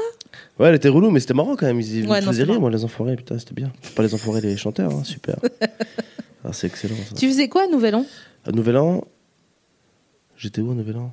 Ouais, elle était relou, mais c'était marrant quand même. Ils ils Ouais, non, me c'est faisaient rire, marrant. moi, les enfoirés. Putain, c'était bien. Pas les enfoirés, les chanteurs, hein, super. Ah, c'est excellent, ça. Tu faisais quoi à Nouvel An À Nouvel An. J'étais où à Nouvel An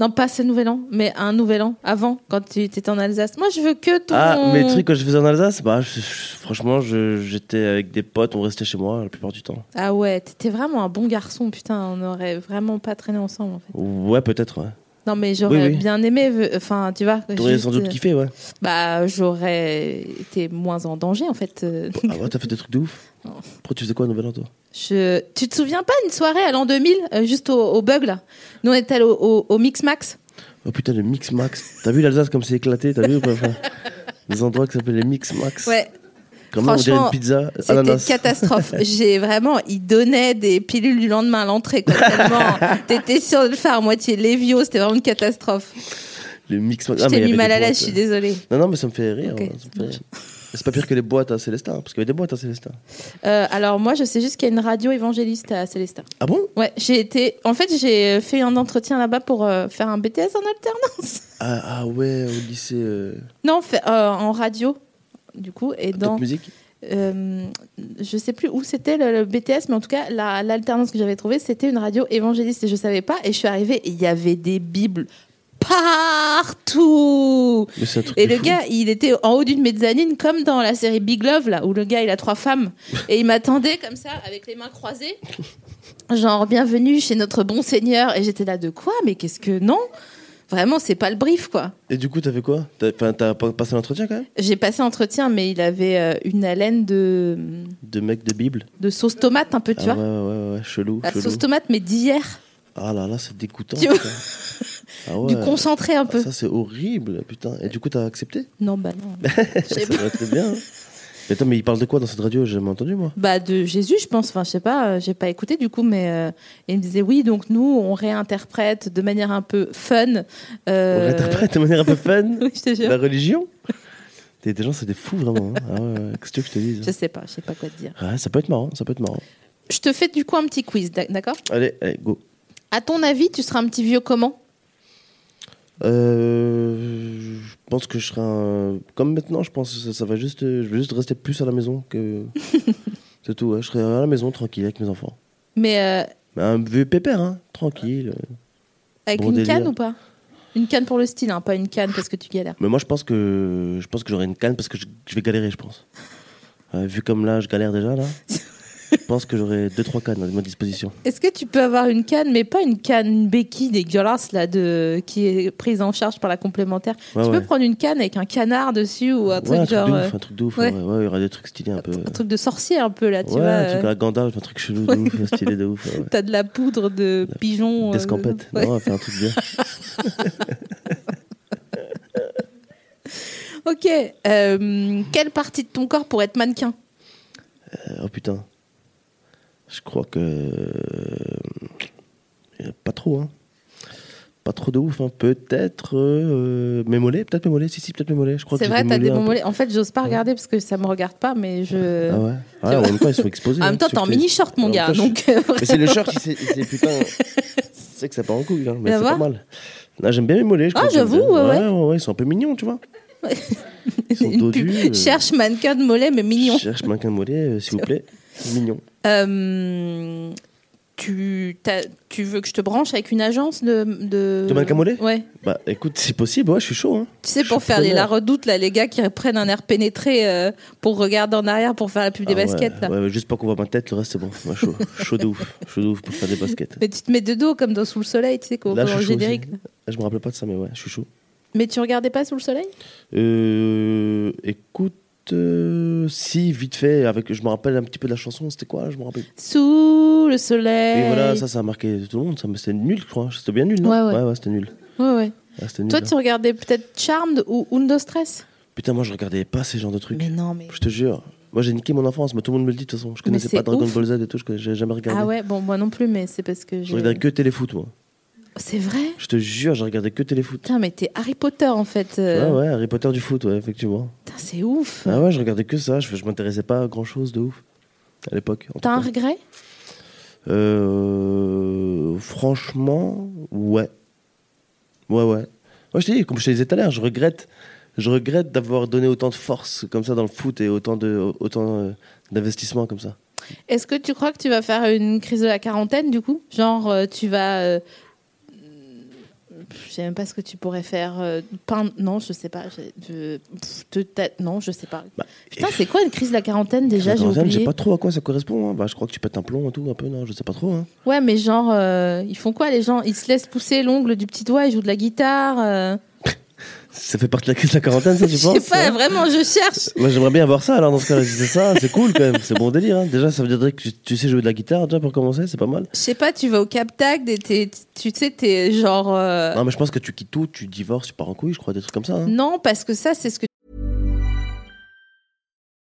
Non, pas ce nouvel an, mais un nouvel an avant, quand tu étais en Alsace. Moi, je veux que ton. Ah, mes trucs que je faisais en Alsace, bah, je- je- franchement, je- j'étais avec des potes, on restait chez moi la plupart du temps. Ah ouais, t'étais vraiment un bon garçon, putain. On aurait vraiment pas traîné ensemble, en fait. Ouais, peut-être, ouais. Non, mais j'aurais Oui, oui. bien aimé. euh, Enfin, tu vois. T'aurais juste, sans doute euh, kiffé, ouais. Bah, j'aurais été moins en danger, en fait. euh. Ah ouais, t'as fait des trucs de ouf. Non. Pourquoi tu faisais quoi au Nouvel An, toi Je... Tu te souviens pas une soirée à l'an 2000, euh, juste au, au bug là Nous on était allés au, au- au Mix Max. Oh putain, le Mix Max. T'as vu l'Alsace comme c'est éclaté T'as vu ou pas, frère Des endroits qui s'appellent les Mix Max. Ouais, Quand même, on dirait franchement, une pizza c'était une ananas. catastrophe. J'ai vraiment, ils donnaient des pilules du lendemain à l'entrée. quoi, tellement T'étais sûr de le faire à moitié lévio, c'était vraiment une catastrophe. Le Mix Max. Je Ah, mais il t'ai y mis avait mal des à l'aise, boîtes, je suis euh. désolée. Non, non, mais ça me fait rire. Ok, ouais, ça me ça fait rire. C'est pas pire que les boîtes à Célestin, parce qu'il y avait des boîtes à Célestin. Euh, alors moi, je sais juste qu'il y a une radio évangéliste à Célestin. Ah bon Ouais, j'ai été. En fait, j'ai fait un entretien là-bas pour euh, faire un BTS en alternance. ah, ah ouais, au lycée. Euh, Non, fait- euh, en radio, du coup, et dans. Top musique euh, je sais plus où c'était le, le BTS, mais en tout cas, la- l'alternance que j'avais trouvée, c'était une radio évangéliste et je savais pas. Et je suis arrivée et il y avait des Bibles partout. Mais c'est un truc Et de le fou. gars, il était en haut d'une mezzanine, comme dans la série Big Love, là, où le gars, il a trois femmes. Et il m'attendait comme ça, avec les mains croisées. Genre, bienvenue chez notre bon Seigneur. Et j'étais là, de quoi Mais qu'est-ce que. Non Vraiment, c'est pas le brief, quoi. Et du coup, t'as fait quoi T'as enfin, t'as pas passé l'entretien quand même J'ai passé entretien, mais il avait euh, une haleine de, De mec de Bible de sauce tomate, un peu, tu Ah ouais, vois. ouais, ouais, ouais, chelou. La chelou. sauce tomate, mais d'hier, Ah là là, c'est dégoûtant. Tu vois putain. Ah ouais. du concentré un Ah, peu. ça, c'est horrible, putain. Et du coup, t'as accepté Non, bah non. Ça J'ai pas- va très bien. hein. Mais attends, mais il parle de quoi dans cette radio J'ai jamais entendu, moi. Bah de Jésus, je pense. Enfin, je sais pas, euh, j'ai pas écouté du coup, mais euh, il me disait oui. Donc nous, on réinterprète de manière un peu fun. On Bah, euh, l'interprète de manière un peu fun oui, je te jure. la religion. Des, des gens, c'est des fous, vraiment. hein. Ah ouais, ouais, Qu'est-ce que tu veux que je te dise Je sais pas, je sais pas quoi te dire. Ouais, ça peut être marrant, ça peut être marrant. Je te fais du coup un petit quiz, d'ac- d'accord Allez, allez, go. À ton avis, tu seras un petit vieux comment Euh, je pense que je serai un... Comme maintenant, je pense que ça, ça va juste... euh, Je vais juste rester plus à la maison que... c'est tout, ouais. Je serai à la maison, tranquille, avec mes enfants. Mais euh, Mais Un vieux pépère, hein, tranquille. avec Bon une délire. canne ou pas Une canne pour le style, hein, pas une canne parce que tu galères. Mais moi, je pense que je pense que j'aurai une canne parce que je, je vais galérer, je pense. Euh, vu comme là, je galère déjà là. je pense que j'aurai deux trois cannes à ma disposition. Est-ce que tu peux avoir une canne, mais pas une canne une béquille dégueulasse là de qui est prise en charge par la complémentaire Ouais, Tu ouais. peux prendre une canne avec un canard dessus ou un ouais, truc genre. de euh, ouf, un truc de ouf. ouais. Ouais, ouais, il y aura des trucs stylés un peu. un truc de sorcier un peu là, tu ouais, vois. un euh, truc à la Gandalf, un truc chelou de ouf, stylé de ouf. ouais, ouais. T'as de la poudre de pigeon. Des euh, scampettes. ouais. Non, on va faire un truc bien. Ok. euh, quelle partie de ton corps pourrait être mannequin Euh, oh putain. Je crois que euh, pas trop hein. Pas trop de ouf hein. Peut-être euh, mes mollets, peut-être mes mollets. Si si, peut-être mes mollets. Je crois que C'est j'ai vrai, t'as des un bons peu- mollets. En fait, j'ose pas regarder parce que ça me regarde pas, mais je. Ah ouais. Ouais, en même temps, ils sont exposés. En hein, même temps, ceux t'es en qui- mini short, mon en même gars. temps, je- Donc, euh, Mais c'est le short, il s'est- il s'est putain. C'est que ça part en couille, hein, mais Ça c'est va pas mal. Non, j'aime bien les mollets. je Ah, crois que j'aime j'avoue, bien. ouais, ouais, ouais, Ils sont un peu mignons, tu vois. Ils sont une dodus, pub. euh. Cherche mannequin de mollet, mais mignon. Je cherche mannequin de mollet, euh, s'il vous plaît. Mignon. Euh, tu, t'as- tu veux que je te branche avec une agence de. De, De mannequin mollet Ouais. Bah écoute, c'est possible, ouais, je suis chaud. Hein. Tu sais, Je pour suis faire les, preneur. la redoute, là, les gars qui prennent un air pénétré euh, pour regarder en arrière pour faire la pub des Ah ouais, baskets, là. ouais, ouais, juste pas qu'on voit ma tête, le reste c'est bon. Ouais, chaud, chaud de ouf, chaud de ouf pour faire des baskets. Mais tu te mets de dos comme dans Sous le Soleil, tu sais, comme Là, dans le chaud aussi. Ah, générique. Je me rappelle pas de ça, mais ouais, je suis chaud. Mais tu regardais pas Sous le Soleil Euh, écoute, euh, si vite fait, avec, je me rappelle un petit peu de la chanson. C'était quoi là Je me rappelle. Sous le Soleil. Et voilà, ça, ça a marqué tout le monde. Ça, mais c'était nul, je crois. hein. C'était bien nul, non Euh, Ouais, ouais. c'était nul. Ouais, ouais. Ouais, c'était nul, Toi, hein. tu regardais peut-être Charmed ou Undo Stress Putain, moi, je regardais pas ces genres de trucs. Mais non, mais. Je te jure. Moi, j'ai niqué mon enfance, mais tout le monde me le dit de toute façon. Je Mais connaissais c'est pas Dragon ouf. Ball Z et tout, je connais- j'ai jamais regardé. Ah ouais, bon, moi non plus, mais c'est parce que Je j'ai. regardais que téléfoot, moi. C'est vrai Je te jure, j'ai regardé que téléfoot. Putain, mais t'es Harry Potter en fait. euh. Ouais, ouais, Harry Potter du foot, ouais, effectivement. Putain, c'est ouf. Ah ouais, je regardais que ça, je, je m'intéressais pas à grand chose de ouf. À l'époque. en tout T'as un cas. regret Euh, franchement, ouais. Ouais, ouais. Moi, je te dis, comme je te disais tout à l'heure, je regrette, je regrette d'avoir donné autant de force comme ça dans le foot et autant de, autant euh, d'investissement comme ça. Est-ce que tu crois que tu vas faire une crise de la quarantaine du coup Genre, euh, tu vas. euh, je sais même pas ce que tu pourrais faire. euh, peindre, non, je sais pas. je- de- pff, de tête, non, je sais pas. Bah, Putain, c'est quoi une crise de la quarantaine déjà J'ai Dans un, Je sais oublié. pas trop à quoi ça correspond. hein. Bah, je crois que tu pètes un plomb et tout, un peu, non, je sais pas trop. hein. Ouais, mais genre, euh, ils font quoi les gens Ils se laissent pousser l'ongle du petit doigt, ils jouent de la guitare. euh. Ça fait partie de la crise de la quarantaine, ça, je tu sais penses pas, vraiment, je cherche. Moi, j'aimerais bien voir ça, alors, dans ce cas-là, si c'est ça, c'est cool quand même, c'est bon délire. hein. Déjà, ça veut dire que tu, tu sais jouer de la guitare, déjà, pour commencer, c'est pas mal. Je sais pas, tu vas au Cap Tag, et t'es- tu sais, t'es genre. euh, Non, mais je pense que tu quittes tout, tu divorces, tu pars en couille, je crois, des trucs comme ça. hein. non, parce que ça, c'est ce que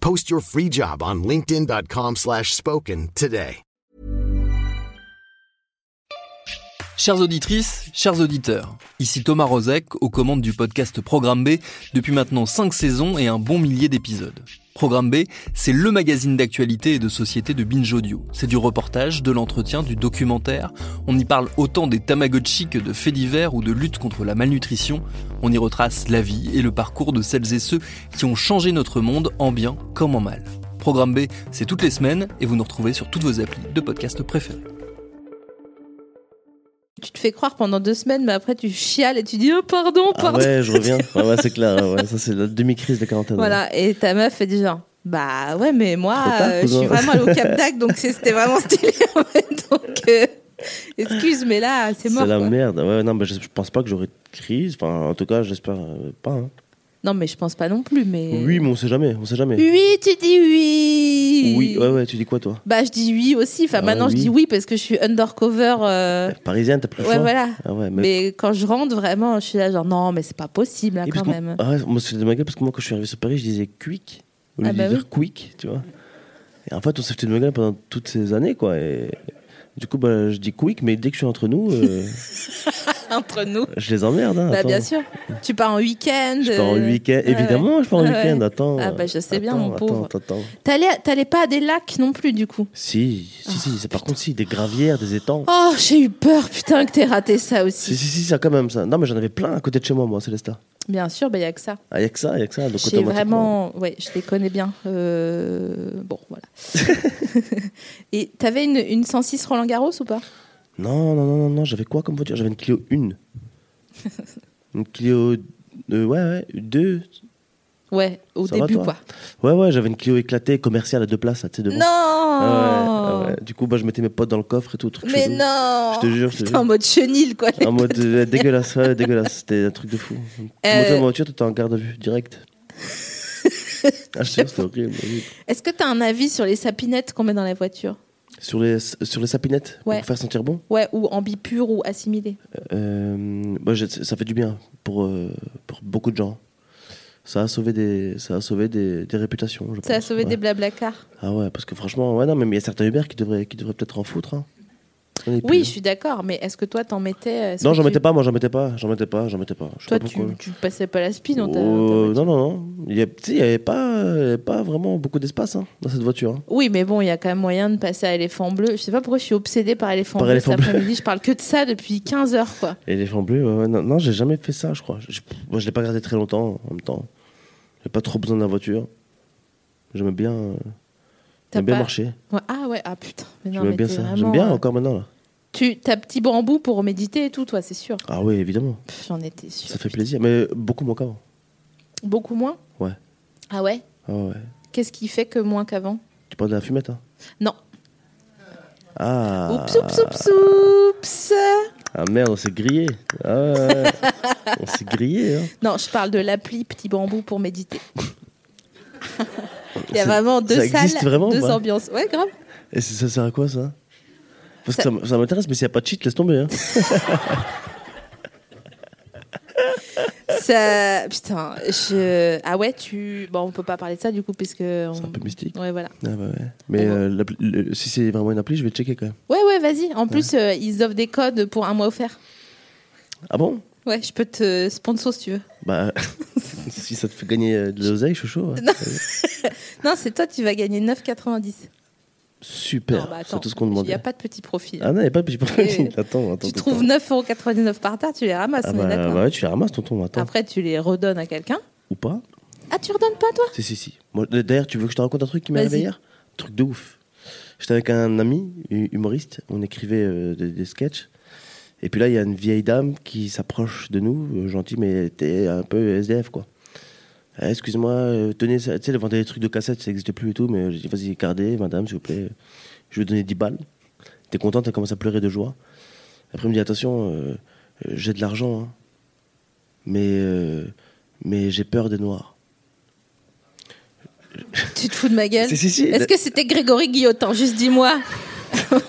Post your free job on linkedin.com/spoken slash spoken today. Chères auditrices, chers auditeurs, ici Thomas Rozek aux commandes du podcast Programme B depuis maintenant 5 saisons et un bon millier d'épisodes. Programme B, c'est le magazine d'actualité et de société de Binge Audio. C'est du reportage, de l'entretien, du documentaire. On y parle autant des Tamagotchi que de faits divers ou de lutte contre la malnutrition. On y retrace la vie et le parcours de celles et ceux qui ont changé notre monde en bien comme en mal. Programme B, c'est toutes les semaines et vous nous retrouvez sur toutes vos applis de podcast préférés. tu te fais croire pendant deux semaines, mais après tu chiales et tu dis oh, pardon, Ah pardon. ouais, je reviens. Ouais, ouais, c'est clair. ouais, ouais. Ça, c'est la demi-crise de la quarantaine. hein. ouais. Voilà, et ta meuf fait du genre. Bah ouais, mais moi, Trop tard, euh, je suis cousin. vraiment allée au Cap d'Ac, donc c'est- c'était vraiment stylé en fait. Donc, euh, excuse, mais là, c'est C'est mort. la quoi. merde. Ouais, non, mais je, je pense pas que j'aurai de crise. Enfin, en tout cas, j'espère euh, pas. hein. Non, mais je pense pas non plus, mais. Oui, mais on sait jamais. On sait jamais. Oui, tu dis oui. Oui, ouais, ouais, tu dis quoi, toi Bah, je dis oui aussi. Enfin, Ah, maintenant, je oui. dis oui parce que je suis undercover. euh, Parisienne, t'as plus le Ouais, choix. voilà. Ah ouais, mais... mais- quand je rentre, vraiment, je suis là, genre, non, mais c'est pas possible, là, Et parce quand que- même. Ah ouais, moi, c'est de ma gueule parce que moi, quand je suis arrivé sur Paris, je disais quick. Au lieu Ah bah de dire quick, tu vois. Et en fait, on s'est foutu de ma gueule pendant toutes ces années, quoi. Et du coup, bah, je dis quick, mais dès que je suis entre nous, euh, Entre nous. je les emmerde. Hein, Bah, attends. bien sûr. Tu pars en week-end. Je pars en euh, week-end. ouais, Évidemment, je pars en Ouais, week-end. ouais. Attends. Ah bah, je sais bien, Attends, mon pauvre. Attends, attends, attends. T'allais t'allais pas à des lacs non plus, du coup. Si, si, si, c'est par contre, si, des gravières, des étangs. Ah, Oh, j'ai eu peur, putain, que t'aies raté ça Si, aussi. si, si, ça quand même, ça. Non, mais j'en avais plein à côté de chez moi, moi, Célesta. Bien sûr, il bah, y a que ça. Ah, y a que ça, y a que ça. Donc, J'ai vraiment. Ouais, je les connais bien. Euh, Bon, voilà. Et t'avais une, une 106 Roland Garros ou pas Non, non, non, non, non, j'avais quoi comme voiture J'avais une Clio 1. une Clio. euh, ouais, ouais, 2. Ouais, au Ça va, début, toi quoi. Ouais, ouais, j'avais une Clio éclatée, commerciale à deux places, là, tu sais, devant. Non Ah ouais, ah ouais. Du coup, bah, je mettais mes potes dans le coffre et tout. Truc Mais chelou. non Je te jure, je te T'es jure. en mode chenille, quoi. les En mode euh, dégueulasse, ouais, dégueulasse, c'était un truc de fou. Euh, Monter en voiture, t'étais en garde à vue, direct. ah, je te jure, c'était horrible, horrible. Est-ce que t'as un avis sur les sapinettes qu'on met dans la voiture Sur les, sur les sapinettes Ouais. Pour faire sentir bon Ouais, ou en bipure ou assimilé. Euh, bah, je- Ça fait du bien pour, euh, pour beaucoup de gens. Ça a sauvé des, ça a sauvé des, des réputations, je Ça a pense, sauvé ouais. des blablacards. Ah ouais, parce que franchement, ouais, non, mais il y a certains Uber qui devraient, qui devraient peut-être en foutre. hein. On est plus, Oui, hein. je suis d'accord, mais est-ce que toi t'en mettais est-ce Non, que j'en tu- mettais pas, moi, j'en mettais pas, j'en mettais pas, j'en mettais pas. Je sais Toi, pas tu, pourquoi. tu passais pas la spie dans ta. dans ta Oh, voiture. non, non, non. Il y a- tu sais, il y avait pas, il y avait pas vraiment beaucoup d'espace hein, dans cette voiture. hein. Oui, mais bon, il y a quand même moyen de passer à éléphant bleu. Je sais pas pourquoi je suis obsédée par éléphant Par bleu cet éléphant bleu. après-midi. Je parle que de ça depuis 15 heures, quoi. Et les flammes bleues, ouais, ouais, non, non, j'ai jamais fait ça, je crois. Je, moi, je l'ai pas gardé très longtemps en même temps. J'ai pas trop besoin de la voiture. J'aimais bien, euh, T'as j'aimais bien pas- marcher. Ouais, Ah ouais, ah putain. Mais non, J'aimais mais bien t'es ça. vraiment, J'aime bien euh, encore maintenant. Là. Tu t'as petit bambou pour méditer et tout, toi, c'est sûr. Ah oui, évidemment. Pff, J'en étais sûre. Ça fait plaisir. Mais beaucoup moins qu'avant. Beaucoup moins Ouais. Ah ouais Ah ouais. Qu'est-ce qui fait que moins qu'avant Tu parles de la fumette, hein Non. Ah. Oups, oups, oups, oups. Ah merde, on s'est grillé. Ah ouais, ouais. on s'est grillé. Hein. Non, je parle de l'appli Petit Bambou pour méditer. Il y a C'est- vraiment deux ça existe salles, vraiment, deux quoi ambiances. Ouais, grave. Et c'est- ça sert à quoi ça Parce Ça- que ça, m- ça m'intéresse, mais s'il n'y a pas de cheat, laisse tomber. Hein. Ça, putain, je... Ah ouais, tu... Bon, on peut pas parler de ça, du coup, puisque... on- C'est un peu mystique. Ouais, voilà. Ah bah ouais. Mais On va- euh, l'appli- le- si c'est vraiment une appli, je vais checker quand même. Ouais, ouais, vas-y. En plus, euh, ils offrent des codes pour un mois offert. Ah bon Ouais, je peux te sponsor si tu veux. Bah, si ça te fait gagner euh, de l'oseille, chouchou. ouais. Non, c'est toi, tu vas gagner 9,90. Super, bah, c'est tout ce qu'on Il n'y demandait. a pas de petit profil. Ah non, il n'y a pas de petit Oui, problème. oui. Attends, attends. tu attends. trouves 9,99€ par tard, tu les ramasses, Ah on est bah, d'accord. bah ouais, tu les ramasses, tonton, attends. Après, tu les redonnes à quelqu'un. Ou pas Ah, tu redonnes pas, toi Si, si, si. Moi, D'ailleurs, tu veux que je te raconte un truc qui m'est Vas-y. arrivé hier Un Truc de ouf. J'étais avec un ami hu- humoriste, on écrivait euh, des, des sketchs. Et puis là, il y a une vieille dame qui s'approche de nous, euh, gentille, mais elle était un peu SDF, quoi. Euh, Excuse-moi, euh, tenez, ça- tu sais, elle vendait des trucs de cassette, ça n'existait plus et tout, mais euh, j'ai dit, vas-y, gardez, madame, s'il vous plaît. Je lui ai donné 10 balles. Elle était contente, elle commence à pleurer de joie. Après, elle me dit, attention, euh, euh, j'ai de l'argent, hein. mais, euh, mais j'ai peur des noirs. Tu te fous de ma gueule Si, si, si. Est-ce que c'était Grégory Guillotin Juste dis-moi.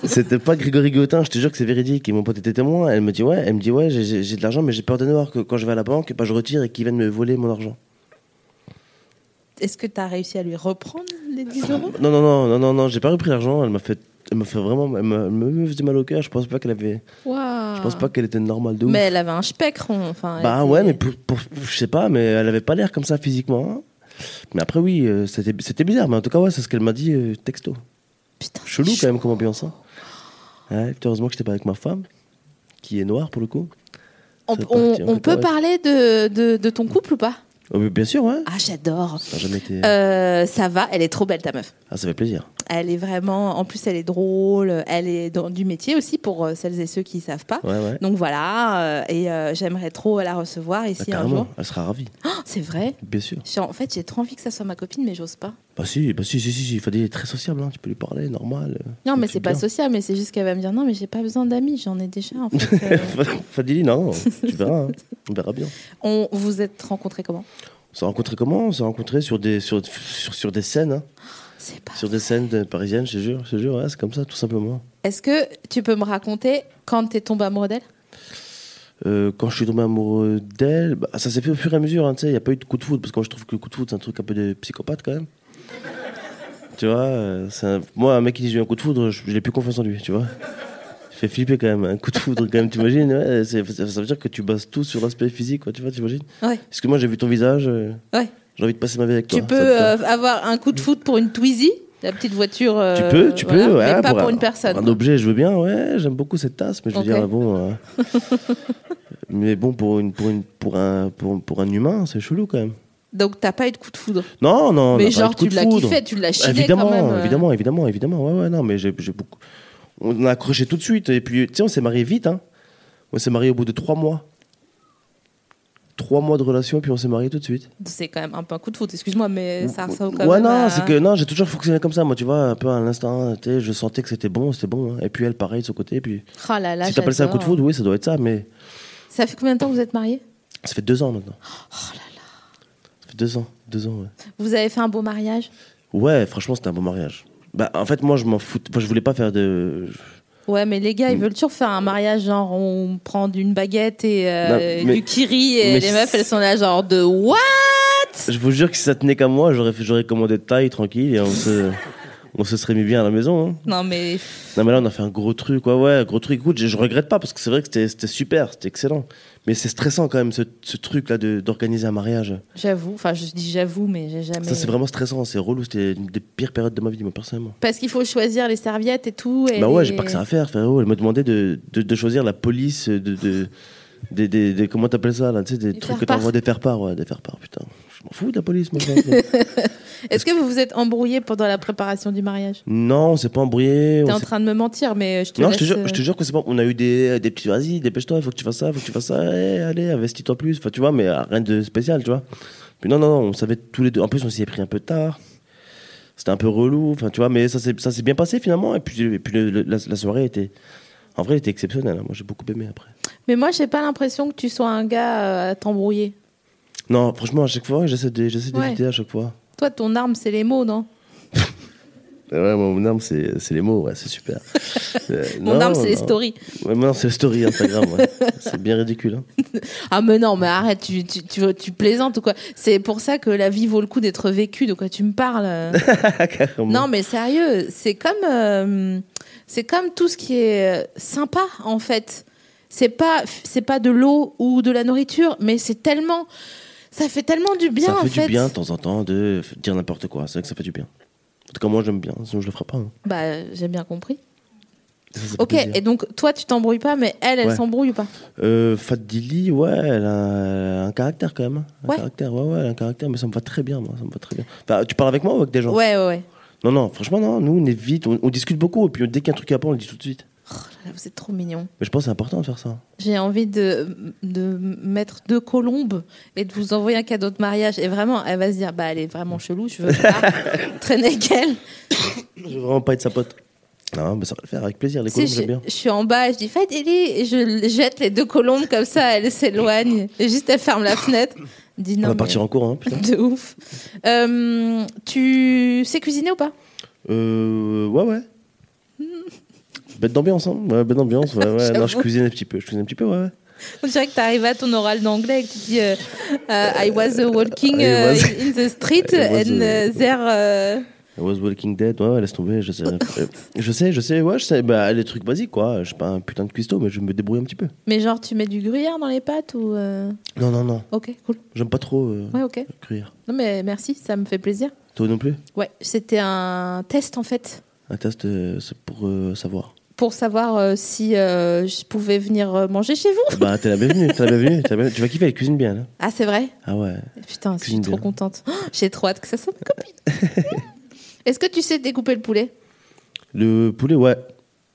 C'était pas Grégory Guillotin, je te jure que c'est véridique. Et mon pote était témoin. Elle me dit ouais, elle me dit ouais, j'ai- j'ai j'ai de l'argent, mais j'ai peur des noirs que quand je vais à la banque, bah, je retire et qu'ils viennent me voler mon argent. Est-ce que tu as réussi à lui reprendre les 10 euros Non non non non non non, j'ai pas repris l'argent. Elle m'a fait, elle m'a fait vraiment, elle m'a- elle me faisait mal au cœur. Je pense pas qu'elle avait, Waouh. je pense pas qu'elle était normale de ouf. Mais elle avait un spectre. Enfin, Bah elle ouais, était- mais pour, pour- je sais pas, mais elle avait pas l'air comme ça physiquement. hein. Mais après oui, euh, c'était c'était bizarre. Mais en tout cas ouais, c'est ce qu'elle m'a dit euh, texto. Putain, c'est Chelou chaud. quand même comme ambiance. hein. Ouais, putain, heureusement que j'étais pas avec ma femme, qui est noire pour le coup. On, Ça on- partit en on peut cacahuète. parler de, de, de ton couple ou pas Oh, mais bien sûr ouais. Ah, j'adore. Ça a jamais été. Euh, ça va, elle est trop belle ta meuf. Ah, ça fait plaisir. Elle est vraiment, en plus elle est drôle, elle est dans du métier aussi pour euh, celles et ceux qui savent pas. Ouais, ouais. Donc voilà, euh, et euh, j'aimerais trop la recevoir Ah, ici un carrément, jour. elle sera ravie, Oh, c'est vrai. bien sûr. J'ai- En fait, j'ai trop envie que ça soit ma copine, mais j'ose pas. Bah si, bah si, si, si, si. Enfin, il est très sociable, hein. tu peux lui parler, normal. euh, Non, mais tu c'est te pas bien. social, mais c'est juste qu'elle va me dire non, mais j'ai pas besoin d'amis, j'en ai déjà. En fait, euh. Fadili, non, tu verras, hein. on verra bien. on, vous êtes rencontrés comment On s'est rencontrés comment On s'est rencontrés sur des, sur, sur, sur des scènes, hein. C'est pas. sur des scènes de- parisiennes, je te jure, je te jure, ouais, c'est comme ça, tout simplement. Est-ce que tu peux me raconter quand t'es tombé amoureux d'elle Euh, quand je suis tombé amoureux d'elle, bah, ça s'est fait au fur et à mesure, hein, tu sais, il n'y a pas eu de coup de foudre, parce que moi je trouve que le coup de foudre c'est un truc un peu de psychopathe quand même. tu vois, euh, c'est un- moi un mec qui dit j'ai eu un coup de foudre, je je n'ai plus confiance en lui, tu vois. Je fais flipper quand même, un coup de foudre quand même, t'imagines ouais, c'est- ça, ça veut dire que tu bases tout sur l'aspect physique, quoi, tu vois, t'imagines Ouais. Parce que moi j'ai vu ton visage, euh, Ouais. j'ai envie de passer ma vie avec toi. hein, Tu peux ça- euh, avoir un coup de foot pour une Twizy, la petite voiture. euh, tu peux, tu voilà, peux, ouais, mais pas pour, un- une personne. Un objet, je veux bien, ouais, j'aime beaucoup cette tasse, mais je veux Ok. dire, bon. euh, mais bon, pour, une, pour, une, pour, un, pour, pour un humain, c'est chelou quand même. Donc t'as pas eu de coup de foudre. Non, non, on a mais pas eu genre de coup tu de l'as foudre. kiffé, tu l'as chidé Évidemment, quand même. euh. évidemment, évidemment, évidemment, ouais, ouais, non, mais j'ai j'ai beaucoup. On a accroché tout de suite, et puis, tu sais, on s'est marié vite, hein. On s'est marié au bout de trois mois. Trois mois de relation, puis on s'est marié tout de suite. C'est quand même un peu un coup de foudre. Excuse-moi, mais ça euh, ressemble quand ouais, même. non, à- c'est que non, j'ai toujours fonctionné comme ça, moi, tu vois, un peu à l'instant, tu sais, je sentais que c'était bon, c'était bon. hein. Et puis elle, pareil, de son côté, et puis. Oh là là, si t'appelles ça un coup de j'adore. foudre, oui, ça doit être ça, mais Ça fait combien de temps que vous êtes mariés ça fait deux ans maintenant. Oh là là. Ça fait deux ans, deux ans, ouais. Vous avez fait un beau mariage Ouais, franchement, c'était un bon mariage. Bah, en fait, moi, je m'en fous. Enfin, je voulais pas faire de. Ouais, mais les Mm. gars, ils veulent toujours faire un mariage genre on prend une baguette et euh, Non, mais- du kiri et mais les meufs elles sont là genre de what Je vous jure que si ça tenait qu'à moi, j'aurais, fait- j'aurais commandé de taille tranquille et on se, on se serait mis bien à la maison. hein. Non mais Non, mais là, on a fait un gros truc. Ouais, ouais, gros truc. Écoute, je, je regrette pas parce que c'est vrai que c'était, c'était super, c'était excellent. Mais c'est stressant quand même, ce, ce truc-là de, d'organiser un mariage. j'avoue, enfin je dis j'avoue mais j'ai jamais Ça, c'est vraiment stressant. C'est relou. C'était une des pires périodes de ma vie, moi, personnellement. parce qu'il faut choisir les serviettes et tout et Bah ouais, j'ai les- pas que ça à faire, frérot. Elle me demandait de, de, de choisir la police de. de des, des, des- comment t'appelles ça là Tu sais, des Des trucs que faire-part. t'envoies des faire-part, ouais, des faire-part, putain. Je m'en fous de la police, moi. frérot. Est-ce que vous vous êtes embrouillé pendant la préparation du mariage non, on s'est pas embrouillé. on T'es en s'est- train de me mentir mais je te Non, je laisse, te jure, euh, je te jure que c'est bon. On a eu des, euh, des petits vas-y, dépêche-toi, faut que tu fasses ça, faut que tu fasses ça, Eh, allez, investis-toi plus. Enfin, tu vois, mais euh, rien de spécial, tu vois. Puis non, non, non, on savait tous les deux. En plus, on s'y est pris un peu tard. C'était un peu relou, enfin, tu vois, mais ça s'est ça s'est bien passé finalement. Et puis, et puis le- le- la, la soirée était. En vrai, elle était exceptionnelle. hein. Moi, j'ai beaucoup aimé après. Mais moi j'ai pas l'impression que tu sois un gars euh, à t'embrouiller. Non, franchement, à chaque fois, j'essaie de- j'essaie Ouais. d'éviter à chaque fois. Toi ton arme c'est les mots non Eh Ouais, moi, mon arme, c'est c'est les mots, ouais, c'est super. Euh, Mon non, arme c'est les non. stories. Ouais, mon arme, c'est les stories Instagram, ouais. C'est bien ridicule, hein. Ah mais non, mais arrête, tu, tu, tu, tu plaisantes ou quoi C'est pour ça que la vie vaut le coup d'être vécue, de quoi tu me parles euh. Carrément. Non mais sérieux, c'est comme, euh, c'est comme tout ce qui est euh, sympa en fait. C'est pas, c'est pas de l'eau ou de la nourriture, mais c'est tellement... Ça fait tellement du bien, ça en fait, fait. du bien de temps en temps de f- dire n'importe quoi. C'est vrai que ça fait du bien. En tout cas, moi, j'aime bien. Sinon, je le ferais pas. hein. Bah, euh, j'ai bien compris. Ça, ça fait Ok, plaisir. et donc toi, tu t'embrouilles pas, mais elle, elle Ouais. s'embrouille ou pas Euh, Fadili, ouais, elle a un, un caractère quand même. hein. Un Ouais. caractère, ouais, ouais, elle a un caractère, mais ça me va très bien, moi, ça me va très bien. Enfin, tu parles avec moi ou avec des gens Ouais, ouais, ouais. Non, non, franchement, non, nous, on est vite, on, on discute beaucoup, et puis dès qu'il y a un truc à pas, on le dit tout de suite. Là, vous êtes trop mignons. Mais je pense que c'est important de faire ça. hein. J'ai envie de, de mettre deux colombes et de vous envoyer un cadeau de mariage. Et vraiment, elle va se dire, bah, elle est vraiment chelou, je veux pas traîner avec elle. Je veux vraiment pas être sa pote. Non, mais ça va le faire avec plaisir, les Tu sais, colombes, j'aime je, bien. je suis en bas, je dis, faites Ellie, et je l- jette les deux colombes comme ça, elle s'éloigne. Et juste, elle ferme la fenêtre. Elle Dit, non, On va mais- partir en cours, hein, putain. De ouf. Euh, tu sais cuisiner ou pas Euh, ouais, ouais. Bête d'ambiance, hein. Ouais, bête d'ambiance, ouais, ouais. Non, je J'avoue. cuisine un petit peu, je cuisine un petit peu, ouais, ouais. On dirait que t'arrives à ton oral d'anglais et que tu dis euh, euh, I was uh, walking I euh, was- in the street I was, and uh, euh, there. euh, I was Walking Dead, ouais, ouais, laisse tomber, je sais. Euh, je sais, je sais, ouais, je sais. Bah, les trucs basiques, quoi. Je suis pas un putain de cuistot, mais je me débrouille un petit peu. Mais genre, tu mets du gruyère dans les pâtes ou. euh, Non, non, non. Ok, cool. J'aime pas trop euh, Ouais, ok. cuire. Non, mais merci, ça me fait plaisir. Toi non plus Ouais, c'était un test en fait Un test, euh, c'est pour euh, savoir. pour savoir euh, si euh, je pouvais venir euh, manger chez vous. Bah, t'es la bienvenue, t'es la bienvenue, t'es la bienvenue. Tu vas kiffer, elle cuisine bien, là. Ah, c'est vrai Ah ouais. Putain, je suis Cuisine trop bien. contente. Oh, J'ai trop hâte que ça soit ma copine. Est-ce que tu sais découper le poulet Le poulet, ouais.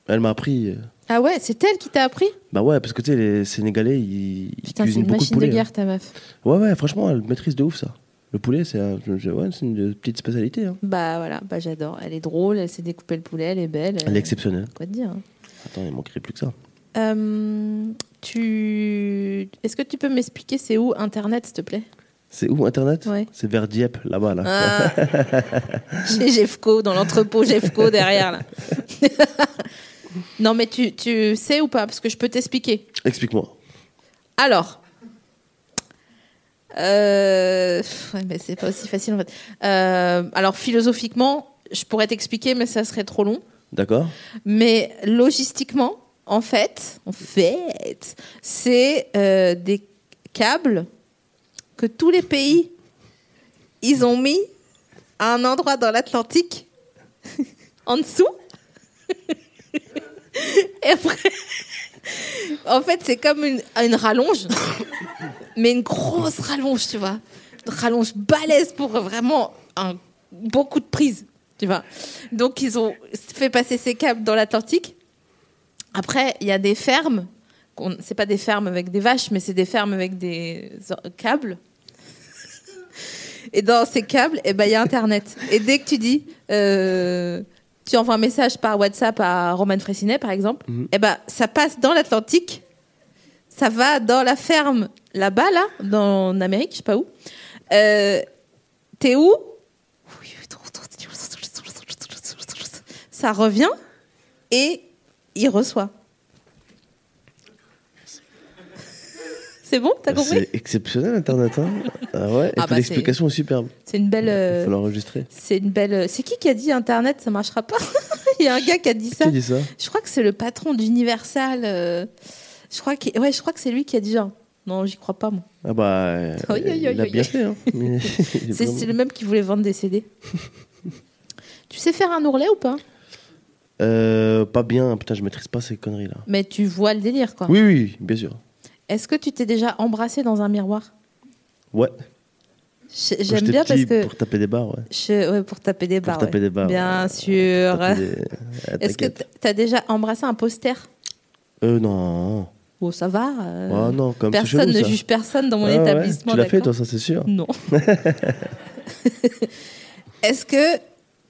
Elle m'a appris. euh, Ah ouais, c'est elle qui t'a appris Bah ouais, parce que tu sais, les Sénégalais, ils, ils Putain, c'est cuisinent une beaucoup de machine de poulet. hein. guerre, ta meuf. Ouais, ouais, franchement, elle maîtrise de ouf ça. Le poulet, c'est un- je- ouais, c'est une petite spécialité. hein. Bah voilà, bah j'adore. Elle est drôle, elle sait découper le poulet, elle est belle. Elle est exceptionnelle. Quoi te dire hein. Attends, il manquerait plus que ça. Euh, Tu, est-ce que tu peux m'expliquer c'est où Internet, s'il te plaît C'est où Internet Ouais. C'est vers Dieppe, là-bas. Là. ah, Chez Jeffco, dans l'entrepôt Jeffco derrière là. non mais tu, tu sais ou pas Parce que je peux t'expliquer. Explique-moi. Alors. Euh, pff, ouais, mais c'est pas aussi facile en fait. Euh, alors philosophiquement, je pourrais t'expliquer, mais ça serait trop long. D'accord Mais logistiquement, en fait, en fait, c'est euh, des câbles que tous les pays ils ont mis à un endroit dans l'Atlantique en dessous. Et après, en fait, c'est comme une, une rallonge, mais une grosse rallonge, tu vois. Une rallonge balèze pour vraiment un beaucoup de prises, tu vois. Donc, ils ont fait passer ces câbles dans l'Atlantique. Après, il y a des fermes. qu'on- C'est pas des fermes avec des vaches, mais c'est des fermes avec des or- câbles. Et dans ces câbles, eh ben, il y a Internet. Et dès que tu dis, euh, tu envoies un message par WhatsApp à Roman Fressinet, par exemple, Mhm. eh ben, ça passe dans l'Atlantique, ça va dans la ferme là-bas, là, dans, en Amérique, je sais pas où. Euh, T'es où Ça revient et il reçoit. C'est bon, t'as compris C'est exceptionnel Internet. Hein ah ouais, et Ah puis bah, l'explication est superbe. C'est une belle. Il euh, faut l'enregistrer. C'est une belle. euh, C'est qui qui a dit Internet, ça marchera pas Il y a un gars qui a dit ça. Qui a dit ça Je crois que c'est le patron d'Universal. euh, Je crois que ouais, je crois que c'est lui qui a dit genre. Non, j'y crois pas moi. Ah bah, euh, Oi, oi, oi, il a oi, bien oi. fait. Hein. Mais- il est C'est vraiment- c'est le même qui voulait vendre des CD. tu sais faire un ourlet ou pas Euh, pas bien, putain, je maîtrise pas ces conneries là. Mais tu vois le délire quoi. Oui, oui, bien sûr. Est-ce que tu t'es déjà embrassé dans un miroir Ouais. J- Quand J'aime j'étais bien parce petit, que Pour taper des barres, ouais. je- ouais, pour taper des Pour barres. taper ouais. des barres. Bien ouais. sûr. Taper des- Ah, euh, Est-ce que t'inquiète. t'as déjà embrassé un poster Euh, non. Oh, ça va. euh, Ah non, comme c'est personne chelou, ne ça. juge personne dans mon Ah ouais, établissement. Tu l'as fait, d'accord toi, ça, c'est sûr. Non. Est-ce que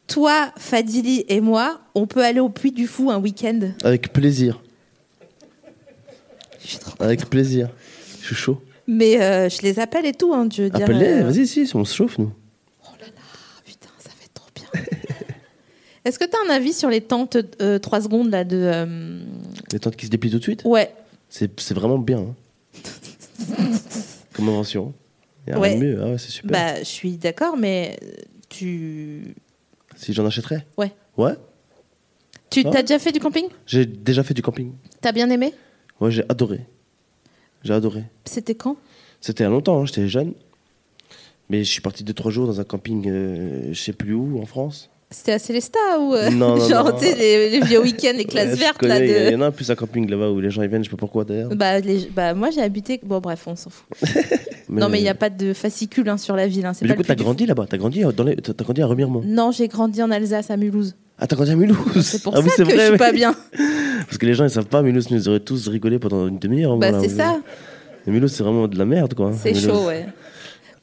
toi, Fadili et moi, on peut aller au Puy du Fou un week-end Avec plaisir. Je suis trop- Avec plaisir. Je suis chaud. Mais euh, je les appelle et tout, hein, je veux dire. Appelle-les, euh, vas-y, si, on se chauffe, nous. ah, putain, ça va être trop bien. Est-ce que t'as un avis sur les tentes 3 secondes là de. euh, Les tentes qui se déplient tout de suite, Ouais. c'est c'est vraiment bien. hein. Comme invention. Il a Ouais. rien de mieux, ah ouais, c'est super. Bah, je suis d'accord, mais euh, tu. Si j'en achèterais Ouais. Ouais. Tu Ah. t'as déjà fait du camping J'ai déjà fait du camping. T'as bien aimé Ouais, j'ai adoré. J'ai adoré. C'était quand C'était il y a longtemps, hein, j'étais jeune. Mais je suis parti 2-3 jours dans un camping, euh, je sais plus où, en France. C'était à Célesta ou euh, Non, non, genre non. tu sais les, les vieux week-ends, les classes Ouais, je vertes connais, là Il y, de. en a en plus un camping là-bas où les gens ils viennent, je sais pas pourquoi d'ailleurs. Bah, les- bah, moi j'ai habité. Bon bref, on s'en fout. Non mais il n'y a pas de fascicule hein, sur la ville. Hein, c'est Mais pas du coup, le t'as plus grandi là-bas, t'as grandi, euh, dans les- t'as t'as grandi à Remiremont. Non, j'ai grandi en Alsace à Mulhouse. Ah, t'as grandi à Mulhouse C'est pour Ah oui, ça c'est que vrai, je suis oui. pas bien. Parce que les gens ils savent pas, Mulhouse nous aurait tous rigolé pendant une demi-heure. hein, bah voilà, c'est vous- ça, Mais Mulhouse c'est vraiment de la merde quoi. c'est Mulhouse. chaud ouais.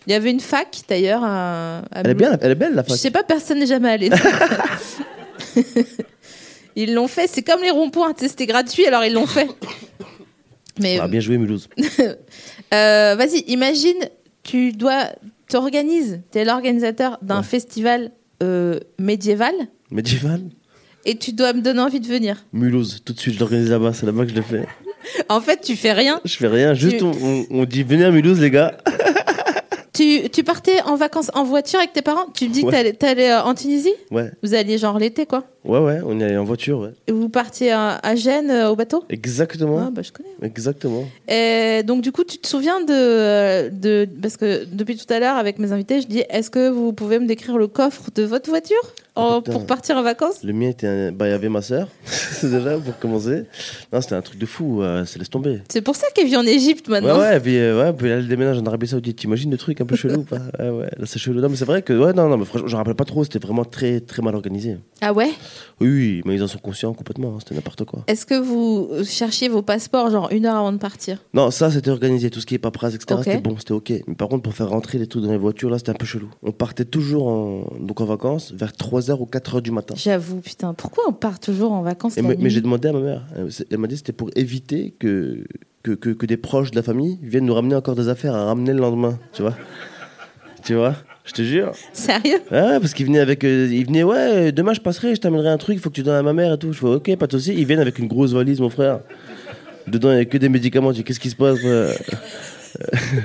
Il y avait une fac d'ailleurs à, à Elle est, Mulhouse. bien, elle est belle la Je fac. sais pas, personne n'est jamais allé. ils l'ont fait, c'est comme les ronds-points, tu sais, c'était gratuit alors ils l'ont fait. Mais Ah, bien joué Mulhouse. euh, vas-y, imagine, tu dois t'organises, tu es l'organisateur d'un festival euh, médiéval Médiéval et tu dois me donner envie de venir. Mulhouse, tout de suite je l'organise là-bas, c'est là-bas que je le fais. En fait, tu fais rien. Je fais rien, juste Tu- on, on- on dit venez à Mulhouse les gars. Tu, tu partais en vacances en voiture avec tes parents Tu me dis que Ouais. t'allais- t'allais euh, en Tunisie Ouais, Vous alliez genre l'été quoi ouais, ouais, on y allait en voiture, ouais. Et Vous partiez à, à Gênes euh, au bateau Exactement, Ah bah je connais. exactement. Et donc du coup tu te souviens de, euh, de parce que depuis tout à l'heure avec mes invités je dis est-ce que vous pouvez me décrire le coffre de votre voiture en- putain. pour partir en vacances Le mien était un... Bah, il y avait ma sœur, c'est déjà, pour commencer. Non, c'était un truc de fou, euh, c'est laisse tomber. C'est pour ça qu'elle vit en Égypte Ouais, maintenant. ouais, puis, euh, ouais, puis là, le déménage en Arabie Saoudite, t'imagines le truc un peu chelou ou pas Ouais, ouais, là, c'est chelou. Non, mais c'est vrai que, ouais, non, non, mais franchement, je me rappelle pas trop, c'était vraiment très, très mal organisé. Ah ouais Oui, oui, mais ils en sont conscients complètement, hein, c'était n'importe quoi. Est-ce que vous cherchiez vos passeports genre une heure avant de partir Non, ça, c'était organisé, tout ce qui est paperasse, etc., Ok. c'était bon, c'était ok. Mais par contre, pour faire rentrer les trucs dans les voitures, là, c'était un peu chelou. On partait toujours en, donc en vacances vers 3h ou 4h du matin. J'avoue putain pourquoi on part toujours en vacances Et la mais mais nuit j'ai demandé à ma mère, euh, c'est- elle m'a dit c'était pour éviter que, que, que, que des proches de la famille viennent nous ramener encore des affaires à ramener le lendemain, tu vois. tu vois, je te jure. Sérieux Ah ouais, parce qu'ils venaient avec. euh, ils venaient, ouais, demain je passerai, je t'amènerai un truc, il faut que tu donnes à ma mère et tout. Je fais, ok, pas de souci. Ils viennent avec une grosse valise, mon frère. Dedans, il n'y a que des médicaments. Je dis, qu'est-ce qui se passe frère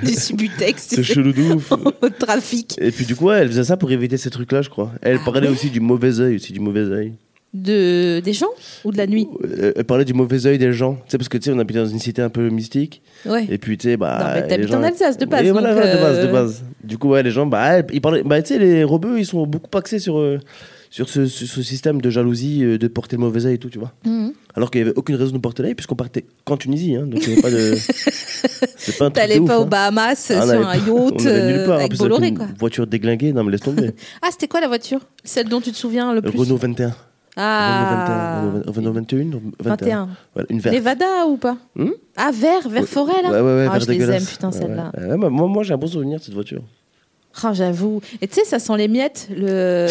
Du subutex. tu C'est sais. chelou de ouf. au trafic Et puis, du coup, ouais, elle faisait ça pour éviter ces trucs-là, je crois. Elle parlait aussi du mauvais œil, aussi du mauvais œil. de des gens ou de la nuit. Euh, Elle parlait du mauvais œil des gens. Tu sais, parce que tu sais, on habitait dans une cité un peu mystique. Ouais. Et puis, tu sais, bah. Non, mais les t'habites en Alsace, de base, Et voilà, donc, ouais, de base, de euh, base. Du coup, ouais, les gens, bah, ils parlaient. Bah, tu sais, les rebeux, ils sont beaucoup axés sur, euh, sur ce, ce- ce système de jalousie, euh, de porter le mauvais œil et tout, tu vois. Mhm. Alors qu'il n'y avait aucune raison de nous porter l'œil, puisqu'on partait qu'en Tunisie. Hein, donc, il y avait pas de. C'est pas un truc T'allais de ouf, pas hein. aux Bahamas Ah, sur on allait un pas- yacht on allait nulle euh, avec part, hein, en plus, avec Bolloré, une quoi. voiture déglinguée, non, mais laisse tomber. Ah, c'était quoi la voiture Celle dont tu te souviens le Le plus Renault 21. Ah Renault 21. Renault 21. Renault 21. 21. Voilà, une verte. Nevada ou pas Hmm Ah, vert, vert forêt, là Ouais, ouais, ouais, Ah, vert je les aime, dégueulasse. putain, Ouais, celle-là. ouais. Ouais, bah, moi, moi j'ai un bon souvenir de cette voiture. Ah, j'avoue. Et tu sais, ça sent les miettes. Le,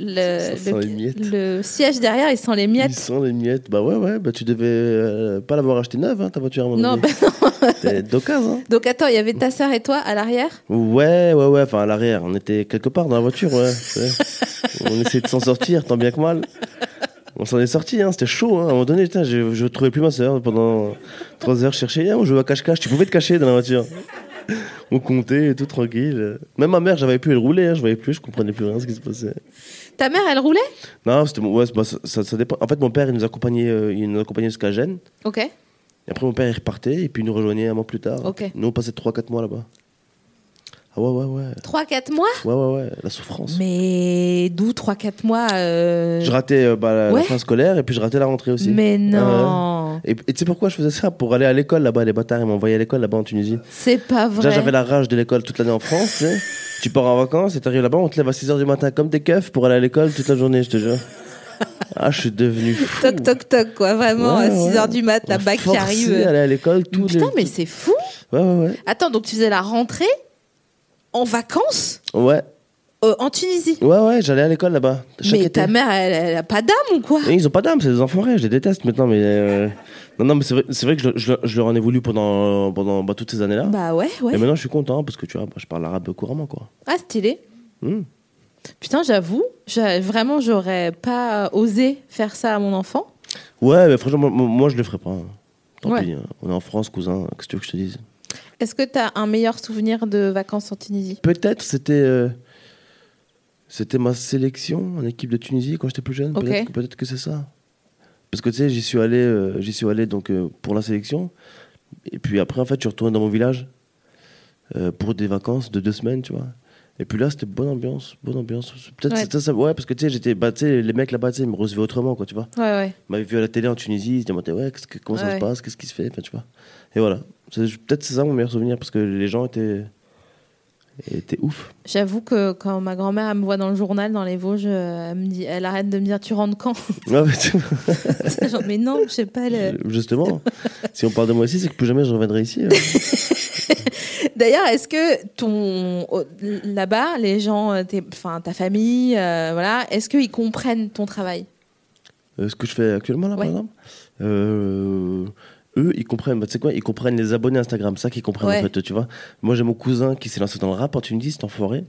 le, Ça sent le- les miettes. le siège derrière, il sent les Ils miettes. sont les miettes. Bah ouais, ouais, bah tu devais euh, pas l'avoir acheté neuve, hein, ta voiture à mon Non, bah non. T'es d'occasion, hein. Donc, attends, il y avait ta sœur et toi à l'arrière Ouais, ouais, ouais, enfin à l'arrière, on était quelque part dans la voiture, ouais. ouais. on essayait de s'en sortir, tant bien que mal. On s'en est sorti, hein, c'était chaud, hein. à un moment donné, putain, je, je trouvais plus ma soeur pendant trois heures, je cherchais, hein, on jouait à cache-cache, tu pouvais te cacher dans la voiture. On comptait et tout tranquille. Même ma mère, j'avais plus, elle roulait, hein, je voyais plus, je comprenais plus rien ce qui se passait. Ta mère, elle roulait Non, c'était mon- ouais, c'est- bah, ça, ça- ça dépend. En fait, mon père, il nous accompagnait, euh, il nous accompagnait jusqu'à Gênes. Ok. Et après, mon père, il repartait, et puis il nous rejoignait un mois plus tard. Ok. Nous, on passait 3-4 mois là-bas. Ah ouais, ouais, ouais. 3-4 mois Ouais, ouais, ouais, la souffrance. Mais d'où 3-4 mois euh, Je ratais euh, bah, la, la Ouais. fin scolaire, et puis je ratais la rentrée aussi. Mais Ah ouais. non Et et tu sais pourquoi je faisais ça Pour aller à l'école là-bas, les bâtards, ils m'envoyaient à l'école là-bas en Tunisie. C'est pas vrai. Déjà, j'avais la rage de l'école toute l'année en France, tu sais. Tu pars en vacances et t'arrives là-bas, on te lève à 6h du matin comme des keufs pour aller à l'école toute la journée, je te jure. Ah, je suis devenu fou. Toc toc toc quoi, vraiment Ouais, à 6 ouais. h du mat, la On bac qui forçait à arrive. aller à l'école tous les- Putain mais c'est fou. Ouais, ouais, ouais. Attends donc tu faisais la rentrée en vacances Ouais, euh, en Tunisie. ouais, ouais, j'allais à l'école là-bas. chaque mais été. ta mère elle, elle a pas d'âme ou quoi Et ils ont pas d'âme, c'est des enfoirés, je les déteste maintenant, mais. euh, Non, non, mais c'est vrai, c'est vrai que je, je- je leur en ai voulu pendant, pendant bah, toutes ces années-là. Bah ouais ouais. Et maintenant, je suis content parce que tu vois, bah, je parle arabe couramment, quoi. Ah stylé. Hmm. Putain j'avoue, j'a- vraiment j'aurais pas euh, osé faire ça à mon enfant. Ouais, mais franchement, moi, moi, je le ferai pas. hein. Tant Ouais. pis, hein. on est en France, cousin, qu'est-ce que tu veux que je te dise Est-ce que t'as un meilleur souvenir de vacances en Tunisie Peut-être c'était. euh, C'était ma sélection en équipe de Tunisie quand j'étais plus jeune. Ok. Peut-être que- Peut-être que c'est ça. Parce que tu sais, j'y suis allé, euh, j'y suis allé donc euh, pour la sélection. Et puis après, en fait, je suis retourné dans mon village euh, pour des vacances de deux semaines, tu vois. Et puis là, c'était bonne ambiance, bonne ambiance. C'est Peut-être Ouais. c'était ça, ouais, parce que tu sais, j'étais, bah, tu sais, les mecs là-bas, tu sais, ils me recevaient autrement, quoi, tu vois. Ouais, ouais. Ils m'avaient vu à la télé en Tunisie, ils se demandaient, ouais, qu'est-ce que- comment ça Ouais. se passe, qu'est-ce qui se fait, enfin, tu vois. Et voilà. C'est- je- Peut-être c'est ça mon meilleur souvenir, parce que les gens étaient, étaient ouf. J'avoue que quand ma grand-mère elle me voit dans le journal, dans les Vosges, euh, elle, me dit, elle arrête de me dire tu rentres quand Ouais, mais tu- Genre, mais non, je sais pas. le- Justement, si on parle de moi ici, c'est que plus jamais je reviendrai ici. hein. ouais. D'ailleurs, est-ce que ton au- là-bas, les gens, euh, tes- enfin ta famille, euh, voilà, est-ce qu'ils comprennent ton travail Euh, ce que je fais actuellement là, par Ouais. exemple. Euh, eux, ils comprennent. bah, tu sais quoi Ils comprennent les abonnés Instagram. C'est ça qu'ils comprennent Ouais. en fait. Tu vois. Moi, j'ai mon cousin qui s'est lancé dans le rap en Tunisie, cet enfoiré.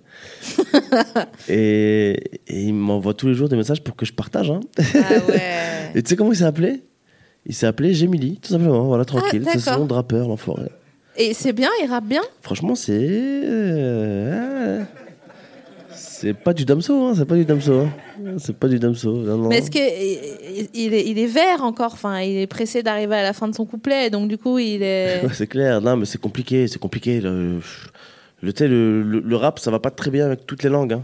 et, et il m'envoie tous les jours des messages pour que je partage. hein. Ah ouais. Et tu sais comment il s'est appelé Il s'est appelé Gemili, tout simplement. Voilà, tranquille. C'est Ah, d'accord. son nom de rappeur, l'enfoiré. Et c'est bien, il rappe bien. Franchement, c'est. euh, C'est pas du damso, hein, c'est pas du damso. hein. C'est pas du damso. non, non. Mais est-ce que il, il est, il est vert encore Enfin, il est pressé d'arriver à la fin de son couplet, donc du coup, il est. Ouais, c'est clair, non, mais c'est compliqué, c'est compliqué. Le, le, tu sais, le, le- le rap, ça va pas très bien avec toutes les langues. hein.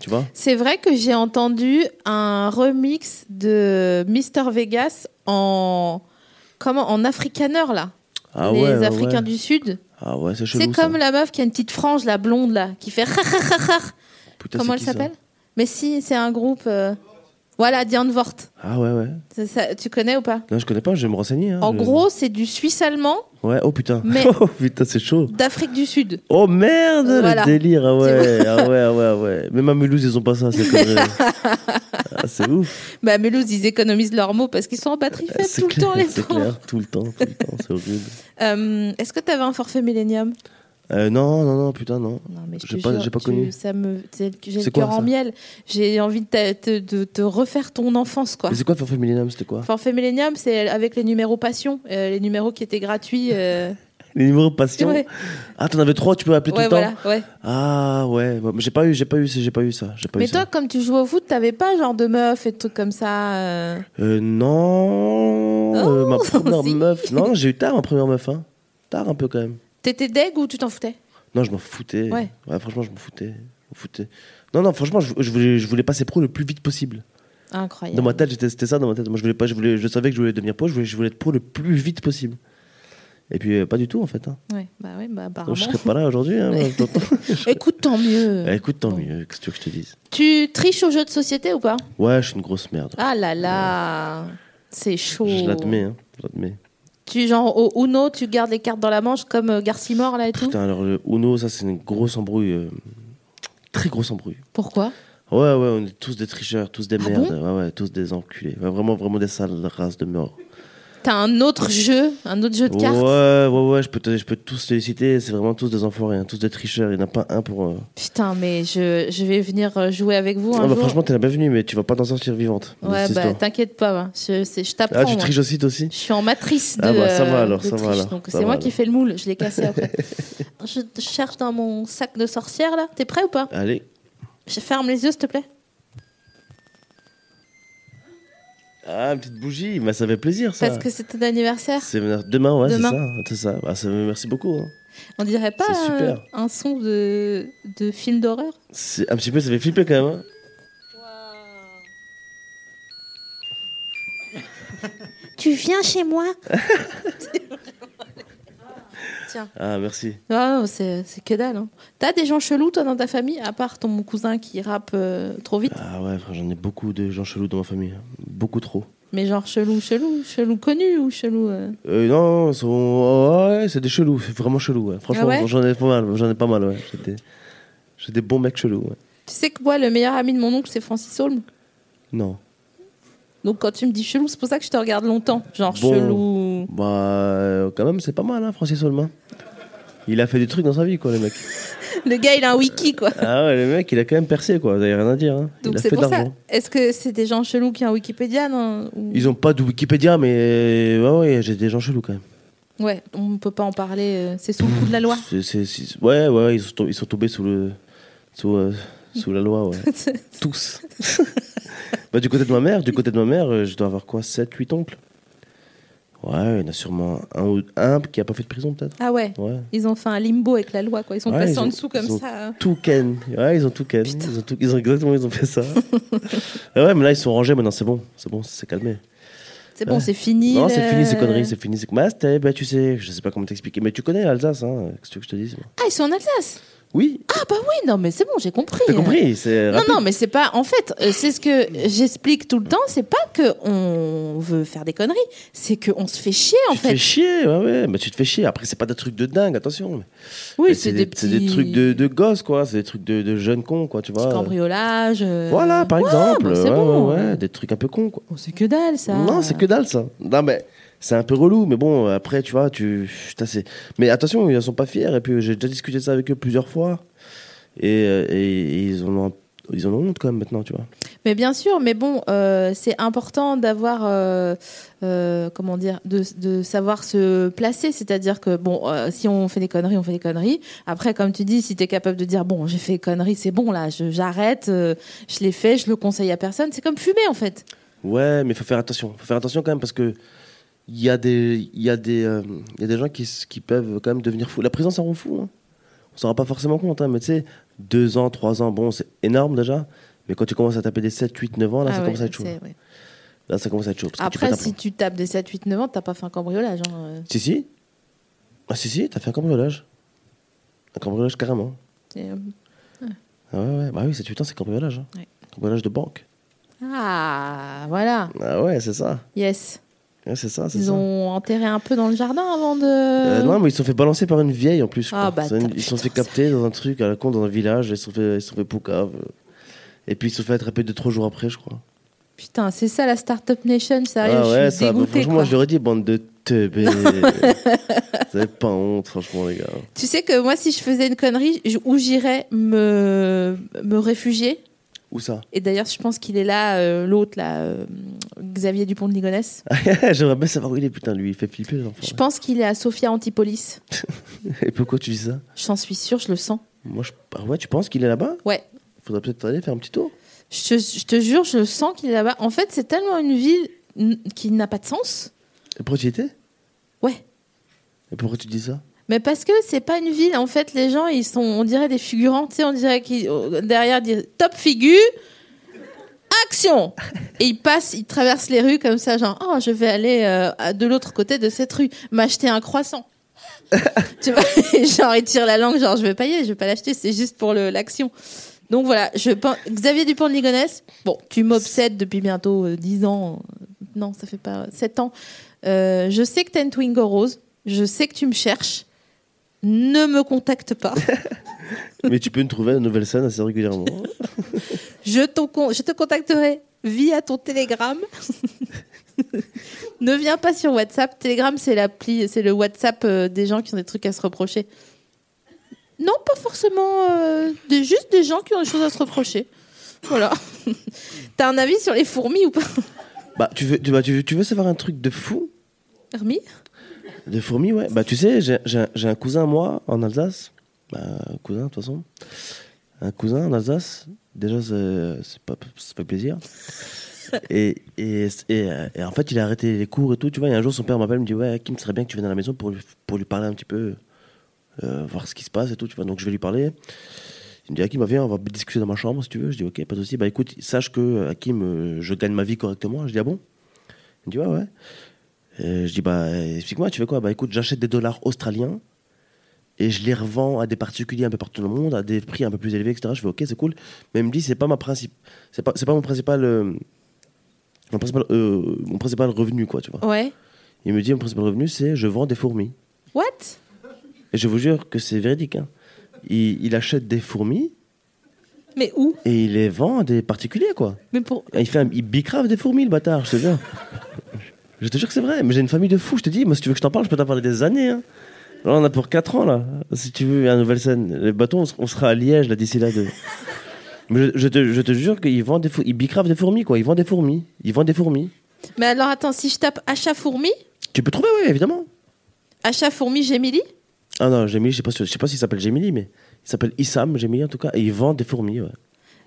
Tu vois C'est vrai que j'ai entendu un remix de Mr Vegas en comment en africaner là. Ah les ouais, ouais, Africains ouais. du Sud. Ah ouais, c'est chelou. C'est comme ça. la meuf qui a une petite frange, la blonde là, qui fait rah, rah, rah, rah. Putain, Comment c'est elle qui, ça s'appelle Mais si, c'est un groupe. euh, Voilà, Diane Vort. Ah ouais, ouais. C'est ça, tu connais ou pas Non, je connais pas, je vais me renseigner. hein, En je- gros, c'est du suisse allemand Ouais, oh putain. Mais- Oh putain, c'est chaud. d'Afrique du Sud. Oh merde, Voilà. le délire. Ah ouais, ah ouais, ah ouais, ah ouais. Même à Mulhouse, ils ont pas ça, c'est conneries. ah, C'est ouf. Bah, Mélouse, ils économisent leurs mots parce qu'ils sont en batterie faible Euh, C'est tout le clair, temps, les C'est pauvres. clair, tout le temps, tout le temps, c'est horrible. Euh, Est-ce que t'avais un forfait Millennium Euh, non, non, non, putain, non. Non, mais je J'ai te pas- jure, j'ai pas tu- connu. ça me- c'est- J'ai le C'est quoi, cœur en ça miel. J'ai envie de te, te- de te refaire ton enfance, quoi. Mais c'est quoi Forfait Millennium C'était quoi Forfait Millennium, c'est avec les numéros passion, euh, les numéros qui étaient gratuits. euh, Les numéros patients Ouais. Ah, t'en avais trois, tu peux appeler Ouais, tout le temps voilà, ouais. Ah ouais, bah, j'ai pas eu, j'ai pas eu, j'ai pas eu ça, j'ai pas Mais eu toi, ça. comme tu joues au foot, t'avais pas genre de meuf et de trucs comme ça. euh. Euh, non, euh, ma première Oh, si. meuf, non, j'ai eu tard ma première meuf, hein. tard un peu quand même. T'étais deg ou tu t'en foutais Non, je m'en foutais. Ouais. franchement, je m'en foutais, je m'en foutais. Non, non, franchement, je, je voulais, je voulais passer pro le plus vite possible. Incroyable. Dans ma tête, j'étais- c'était ça, dans ma tête. Moi, je voulais pas, je voulais, je savais que je voulais devenir pro, je voulais, je voulais être pro le plus vite possible. Et puis euh, pas du tout en fait. hein. Ouais, bah oui, bah apparemment. Donc, je serais pas là aujourd'hui. hein, Ouais. moi, je t'entends. Écoute, tant mieux. Eh, Écoute, tant mieux. Qu'est-ce que tu veux que je te dise Tu triches aux jeux de société ou pas Ouais, je suis une grosse merde. Ah oh. là là, c'est chaud. Je l'admets, hein, je l'admets. Tu genre au Uno, tu gardes les cartes dans la manche comme euh, Garcimore là et tout. Putain, alors le Uno, ça c'est une grosse embrouille. euh, très grosse embrouille. Pourquoi Ouais, ouais, on est tous des tricheurs, tous des Ah merdes. ouais, ouais, tous des enculés. Ouais, vraiment, vraiment des sales races de morts. T'as un autre jeu, un autre jeu de Ouais, cartes. ouais, ouais, je peux, te- je peux tous les citer. C'est vraiment tous des enfoirés, hein, tous des tricheurs. Il n'y en a pas un pour. euh, Putain, mais je, je vais venir euh, jouer avec vous un Ah, bah, jour. franchement, t'es la bienvenue, mais tu vas pas t'en sortir vivante. de ouais, cette bah histoire. t'inquiète pas, hein. je, c'est- je t'apprends. Ah, tu moi. triches aussi, toi aussi Je suis en matrice de, Ah bah, ça va euh, alors, de ça va triche, alors, donc ça c'est va moi alors. qui fais le moule, je l'ai cassé après. je te cherche dans mon sac de sorcière là, t'es prêt ou pas Allez. Je ferme les yeux s'il te plaît. Ah, une petite bougie, bah, ça fait plaisir ça. Parce que c'est ton anniversaire. C'est demain, ouais, c'est Demain. ça. C'est ça. Bah, ça- Merci beaucoup. hein. On dirait pas C'est super. euh, un son de, de film d'horreur C'est- Un petit peu, ça fait flipper quand même. hein. Tu viens chez moi Tiens, Ah, merci. non, non, c'est c'est que dalle. hein. T'as des gens chelous toi dans ta famille, à part ton cousin qui rappe euh, trop vite Ah ouais, frère, j'en ai beaucoup de gens chelous dans ma famille. hein. Beaucoup trop. Mais genre chelou, chelou, chelou connu ou chelou euh, Euh, non, ils sont... oh, ouais, c'est des chelous, c'est vraiment chelou. ouais. Franchement, Ah ouais j'en ai pas mal, j'en ai pas mal, ouais. J'ai des... j'ai des bons mecs chelous, ouais. Tu sais que moi, le meilleur ami de mon oncle, c'est Francis Holm. Non. Donc quand tu me dis chelou, c'est pour ça que je te regarde longtemps. Genre Bon. chelou. Bah, euh, quand même, c'est pas mal, hein, Francis Holman. Il a fait des trucs dans sa vie, quoi, le mec. Le gars, il a un wiki, quoi. ah ouais, le mec, il a quand même percé, quoi. Vous avez rien à dire. hein. Donc il a c'est fait pour ça. d'argent. Est-ce que c'est des gens chelous qui ont un Wikipédia non Ou- Ils ont pas de Wikipédia, mais euh, ouais, ouais, j'ai des gens chelous quand même. Ouais, on ne peut pas en parler. euh, C'est sous le coup de la loi. C'est- c'est- c'est- Ouais, ouais, ils sont, to- ils sont tombés sous le. Sous, euh, sous la loi, ouais. Tous. bah, du côté de ma mère, du côté de ma mère, euh, je dois avoir quoi 7, 8 oncles Ouais, il y en a sûrement un ou un qui a pas fait de prison, peut-être. Ah ouais. Ouais. Ils ont fait un limbo avec la loi, quoi. Ils sont Ouais, passés ils en ont- dessous comme ils ont- ça. hein. Tout ken. Ouais, ils ont tout ken. Ils ont, tout- ils ont exactement, ils ont fait ça. Ah ouais, mais là, ils sont rangés maintenant, c'est bon. C'est bon, c'est calmé. C'est bon, c'est fini. non, le- c'est fini ces conneries, c'est fini. C'est... Bah, c'était- bah, tu sais, je sais pas comment t'expliquer, mais tu connais l'Alsace, hein. Qu'est-ce que tu veux que je te dise moi Ah, ils sont en Alsace. Oui, Ah bah oui, non, mais c'est bon, j'ai compris. t'as compris, c'est Non, rapide. non, mais c'est pas. En fait, euh, c'est ce que j'explique tout le temps. C'est pas que on veut faire des conneries, c'est que on se fait chier en tu te fait. fais chier, ouais, ouais, mais tu te fais chier. Après, c'est pas des trucs de dingue, attention. Mais Oui, mais c'est des, petits. c'est des trucs de, de gosses, quoi. C'est des trucs de, de jeunes cons, quoi, tu petits vois. cambriolages. euh, Voilà, par ouais, exemple. bah, c'est ouais, bon. ouais, ouais, des trucs un peu cons, quoi. Bon, c'est que dalle ça. Non, c'est que dalle ça. Non, mais c'est un peu relou, mais bon, après, tu vois, tu. putain, c'est- Mais attention, ils ne sont pas fiers, et puis euh, j'ai déjà discuté de ça avec eux plusieurs fois, et, euh, et- et ils, en ont, ils en ont honte quand même maintenant, tu vois. Mais bien sûr, mais bon, euh, c'est important d'avoir, euh, euh, comment dire, de, de savoir se placer. C'est-à-dire que, bon, euh, si on fait des conneries, on fait des conneries. Après, comme tu dis, si tu es capable de dire, bon, j'ai fait des conneries, c'est bon, là, je- j'arrête, euh, je l'ai fait, je le conseille à personne, c'est comme fumer, en fait. Ouais, mais il faut faire attention, faut faire attention quand même, parce que. Il y, a des- il y, a des, euh, il y a des gens qui, s- qui peuvent quand même devenir fous. La prison, ça rend fou. hein. On s'en rend pas forcément compte, hein, mais tu sais, deux ans, trois ans, bon, c'est énorme déjà. Mais quand tu commences à taper des 7, 8, 9 ans, là, Ah ça ouais, commence à être chaud. c'est- ouais. Là, ça commence à être chaud. parce que tu Après, pètes un si plomb. tu tapes des 7, 8, 9 ans, t'as pas fait un cambriolage. hein, euh, Si, si. Ah, si, si, t'as fait un cambriolage. Un cambriolage carrément. c'est- euh, Ah ouais, ouais. Bah oui, c'est 8 ans, c'est cambriolage. hein. Ouais. Cambriolage de banque. Ah, voilà, Ah ouais, c'est ça. yes. Ouais, c'est ça, c'est Ils ça. ont enterré un peu dans le jardin avant de. Euh, non, mais ils se sont fait balancer par une vieille en plus. je Ah, crois. bâtard, C'est une- ils se sont putain, fait capter dans un truc à la con, dans un village. Ils se sont fait, ils se sont fait poucave. Et puis ils se sont fait attraper 2-3 jours après, je crois. Putain, c'est ça la Startup Nation, sérieux, ah ouais, je suis ça. bah, dégoûtée. franchement, quoi. je leur ai dit, bande de teubés. Vous avez pas honte, franchement, les gars. Tu sais que moi, si je faisais une connerie, je- où j'irais me, me réfugier Où ça Et d'ailleurs, je pense qu'il est là, euh, l'autre, là, euh, Xavier Dupont de Ligonnès. Ah J'aimerais bien savoir où il est, putain, lui. Il fait flipper les enfants. Je pense qu'il est à Sofia Antipolis. Et pourquoi tu dis ça J'en suis sûre, je le sens. Moi, je... ah ouais, tu penses qu'il est là-bas Ouais. Faudrait peut-être aller faire un petit tour. Je, te- je te jure, je le sens qu'il est là-bas. En fait, c'est tellement une ville n- qui n'a pas de sens. Et pourquoi tu y étais Ouais. Et pourquoi tu dis ça Mais parce que c'est pas une ville, en fait, les gens, ils sont, on dirait des figurants, tu sais, on dirait qu'ils, euh, derrière, dire top figure, action Et ils passent, ils traversent les rues comme ça, genre, oh, je vais aller euh, à- de l'autre côté de cette rue, m'acheter un croissant. tu vois, et genre, ils tirent la langue, genre, je vais pas y aller, je vais pas l'acheter, c'est juste pour le- l'action. Donc voilà, je pense, Xavier Dupont de Ligonnès, bon, tu m'obsèdes depuis bientôt euh, 10 ans, euh, non, ça fait pas 7 ans. Euh, je sais que t'as une Twingo rose, je sais que tu me cherches, ne me contacte pas. Mais tu peux nous trouver à nouvelle scène assez régulièrement. Je, t'en con- je te contacterai via ton Telegram. ne viens pas sur WhatsApp. Telegram, c'est l'appli, c'est le WhatsApp euh, des gens qui ont des trucs à se reprocher. Non, pas forcément. euh, des- juste des gens qui ont des choses à se reprocher. Voilà. T'as un avis sur les fourmis ou pas bah, tu veux, tu, bah, tu, veux- tu veux savoir un truc de fou Hermie De fourmis, ouais. Bah, tu sais, j'ai- j'ai un- j'ai un cousin, moi, en Alsace. Bah, un cousin, de toute façon. Un cousin en Alsace. Déjà, c'est c'est pas, ça fait plaisir. Et, et, et, euh, et en fait, il a arrêté les cours et tout. Tu vois, et un jour, son père m'appelle, il me dit Ouais, Kim, ce serait bien que tu viennes à la maison pour, lui- pour lui parler un petit peu, euh, voir ce qui se passe et tout. Tu vois, donc je vais lui parler. Il me dit Hakim, bah, viens, on va discuter dans ma chambre si tu veux. Je dis Ok, pas de souci. Bah écoute, sache que euh, Hakim, euh, je gagne ma vie correctement. Je dis Ah bon Il me dit Ouais, ouais. Euh, je dis Bah euh, explique-moi, tu fais quoi Bah écoute, j'achète des dollars australiens et je les revends à des particuliers un peu partout dans le monde, à des prix un peu plus élevés, etc. Je fais Ok, c'est cool. Mais il me dit C'est pas, ma princip... c'est pas, c'est pas mon principal. euh, mon principal, euh, mon principal revenu, quoi, tu vois. Ouais. Il me dit, mon principal revenu, c'est je vends des fourmis. What Et je vous jure que c'est véridique. hein. Il, il achète des fourmis Mais où et il les vend à des particuliers, quoi. Mais pour. Et Il, fait un, il bicrave des fourmis, le bâtard, je te jure. je te jure que c'est vrai, mais j'ai une famille de fous, je te dis. Moi, si tu veux que je t'en parle, je peux t'en parler des années. hein. Là, on a pour 4 ans, là. Si tu veux, à Nouvelle-Seine. Les bâtons, on se- on sera à Liège, là, d'ici là. De... Mais je, je te, je te jure qu'il vend des fou- il bicrave des fourmis, quoi. Il vend des fourmis. Il vend des fourmis. Mais alors attends, si je tape achat fourmi, Tu peux trouver, oui, évidemment. achat fourmi Gemili Ah non, Gemili, je sais pas, si- je sais pas s'il s'appelle Gemili, mais il s'appelle Issam Gemili en tout cas, et il vend des fourmis, ouais.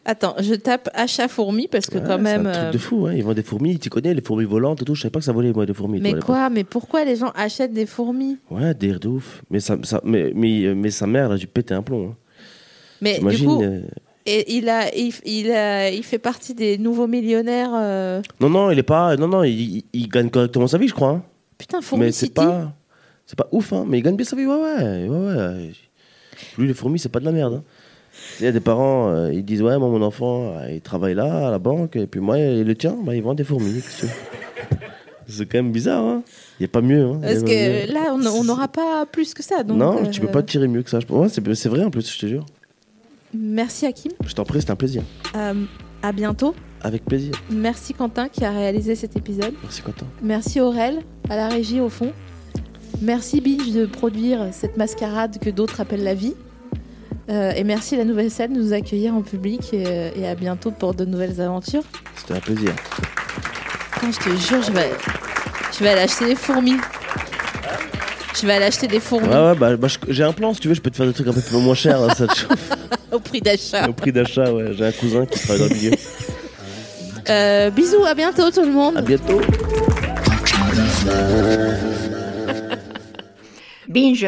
Attends, je tape achat fourmi parce que Ouais, quand même. Ah, C'est un euh, truc de fou, hein. ils vendent des fourmis, tu connais, les fourmis volantes et tout. Je savais pas que ça volait, moi, des fourmis. mais toi, à quoi Mais pourquoi les gens achètent des fourmis l'époque. Ouais, délire de ouf. Mais, ça, ça- mais, mais, mais sa mère, là, j'ai pété un plomb. hein. Mais T'imagines, du coup, euh, et il a, il, il a, il fait partie des nouveaux millionnaires. euh, Non, non, il est pas. Non, non, il, il- il gagne correctement sa vie, je crois. hein. Putain, fourmi Mais city. c'est pas. C'est pas ouf, hein. Mais il gagne bien sa vie, ouais, ouais. ouais, ouais. Lui, les fourmis, c'est pas de la merde. hein. Il y a des parents, euh, ils disent Ouais, moi, mon enfant, euh, il travaille là, à la banque, et puis moi, et le tien, bah, il vend des fourmis. qu'est-ce que tu veux C'est quand même bizarre, hein. Il n'y a pas mieux. Hein. Parce Il y a pas que mieux. là, on- on n'aura pas plus que ça. Donc, non, tu euh, peux pas tirer mieux que ça. je- Ouais, c'est c'est vrai en plus, je te jure. Merci Hakim. Je t'en prie, c'était un plaisir. Euh, à bientôt. Avec plaisir. Merci Quentin qui a réalisé cet épisode. Merci, Quentin. Merci Aurel à la régie au fond. Merci Binge de produire cette mascarade que d'autres appellent la vie. Euh, et merci la nouvelle scène de nous accueillir en public et, euh, et à bientôt pour de nouvelles aventures. C'était un plaisir. Putain, je te jure, je vais, je vais aller acheter des fourmis. Je vais aller acheter des fourmis Ouais, ouais, bah, bah, je- j'ai un plan si tu veux, je peux te faire des trucs un peu plus- moins chers, hein, ça te chauffe. au prix d'achat. Au prix d'achat, ouais. J'ai un cousin qui travaille dans le milieu. Euh, bisous, à bientôt tout le monde. À bientôt. Binge.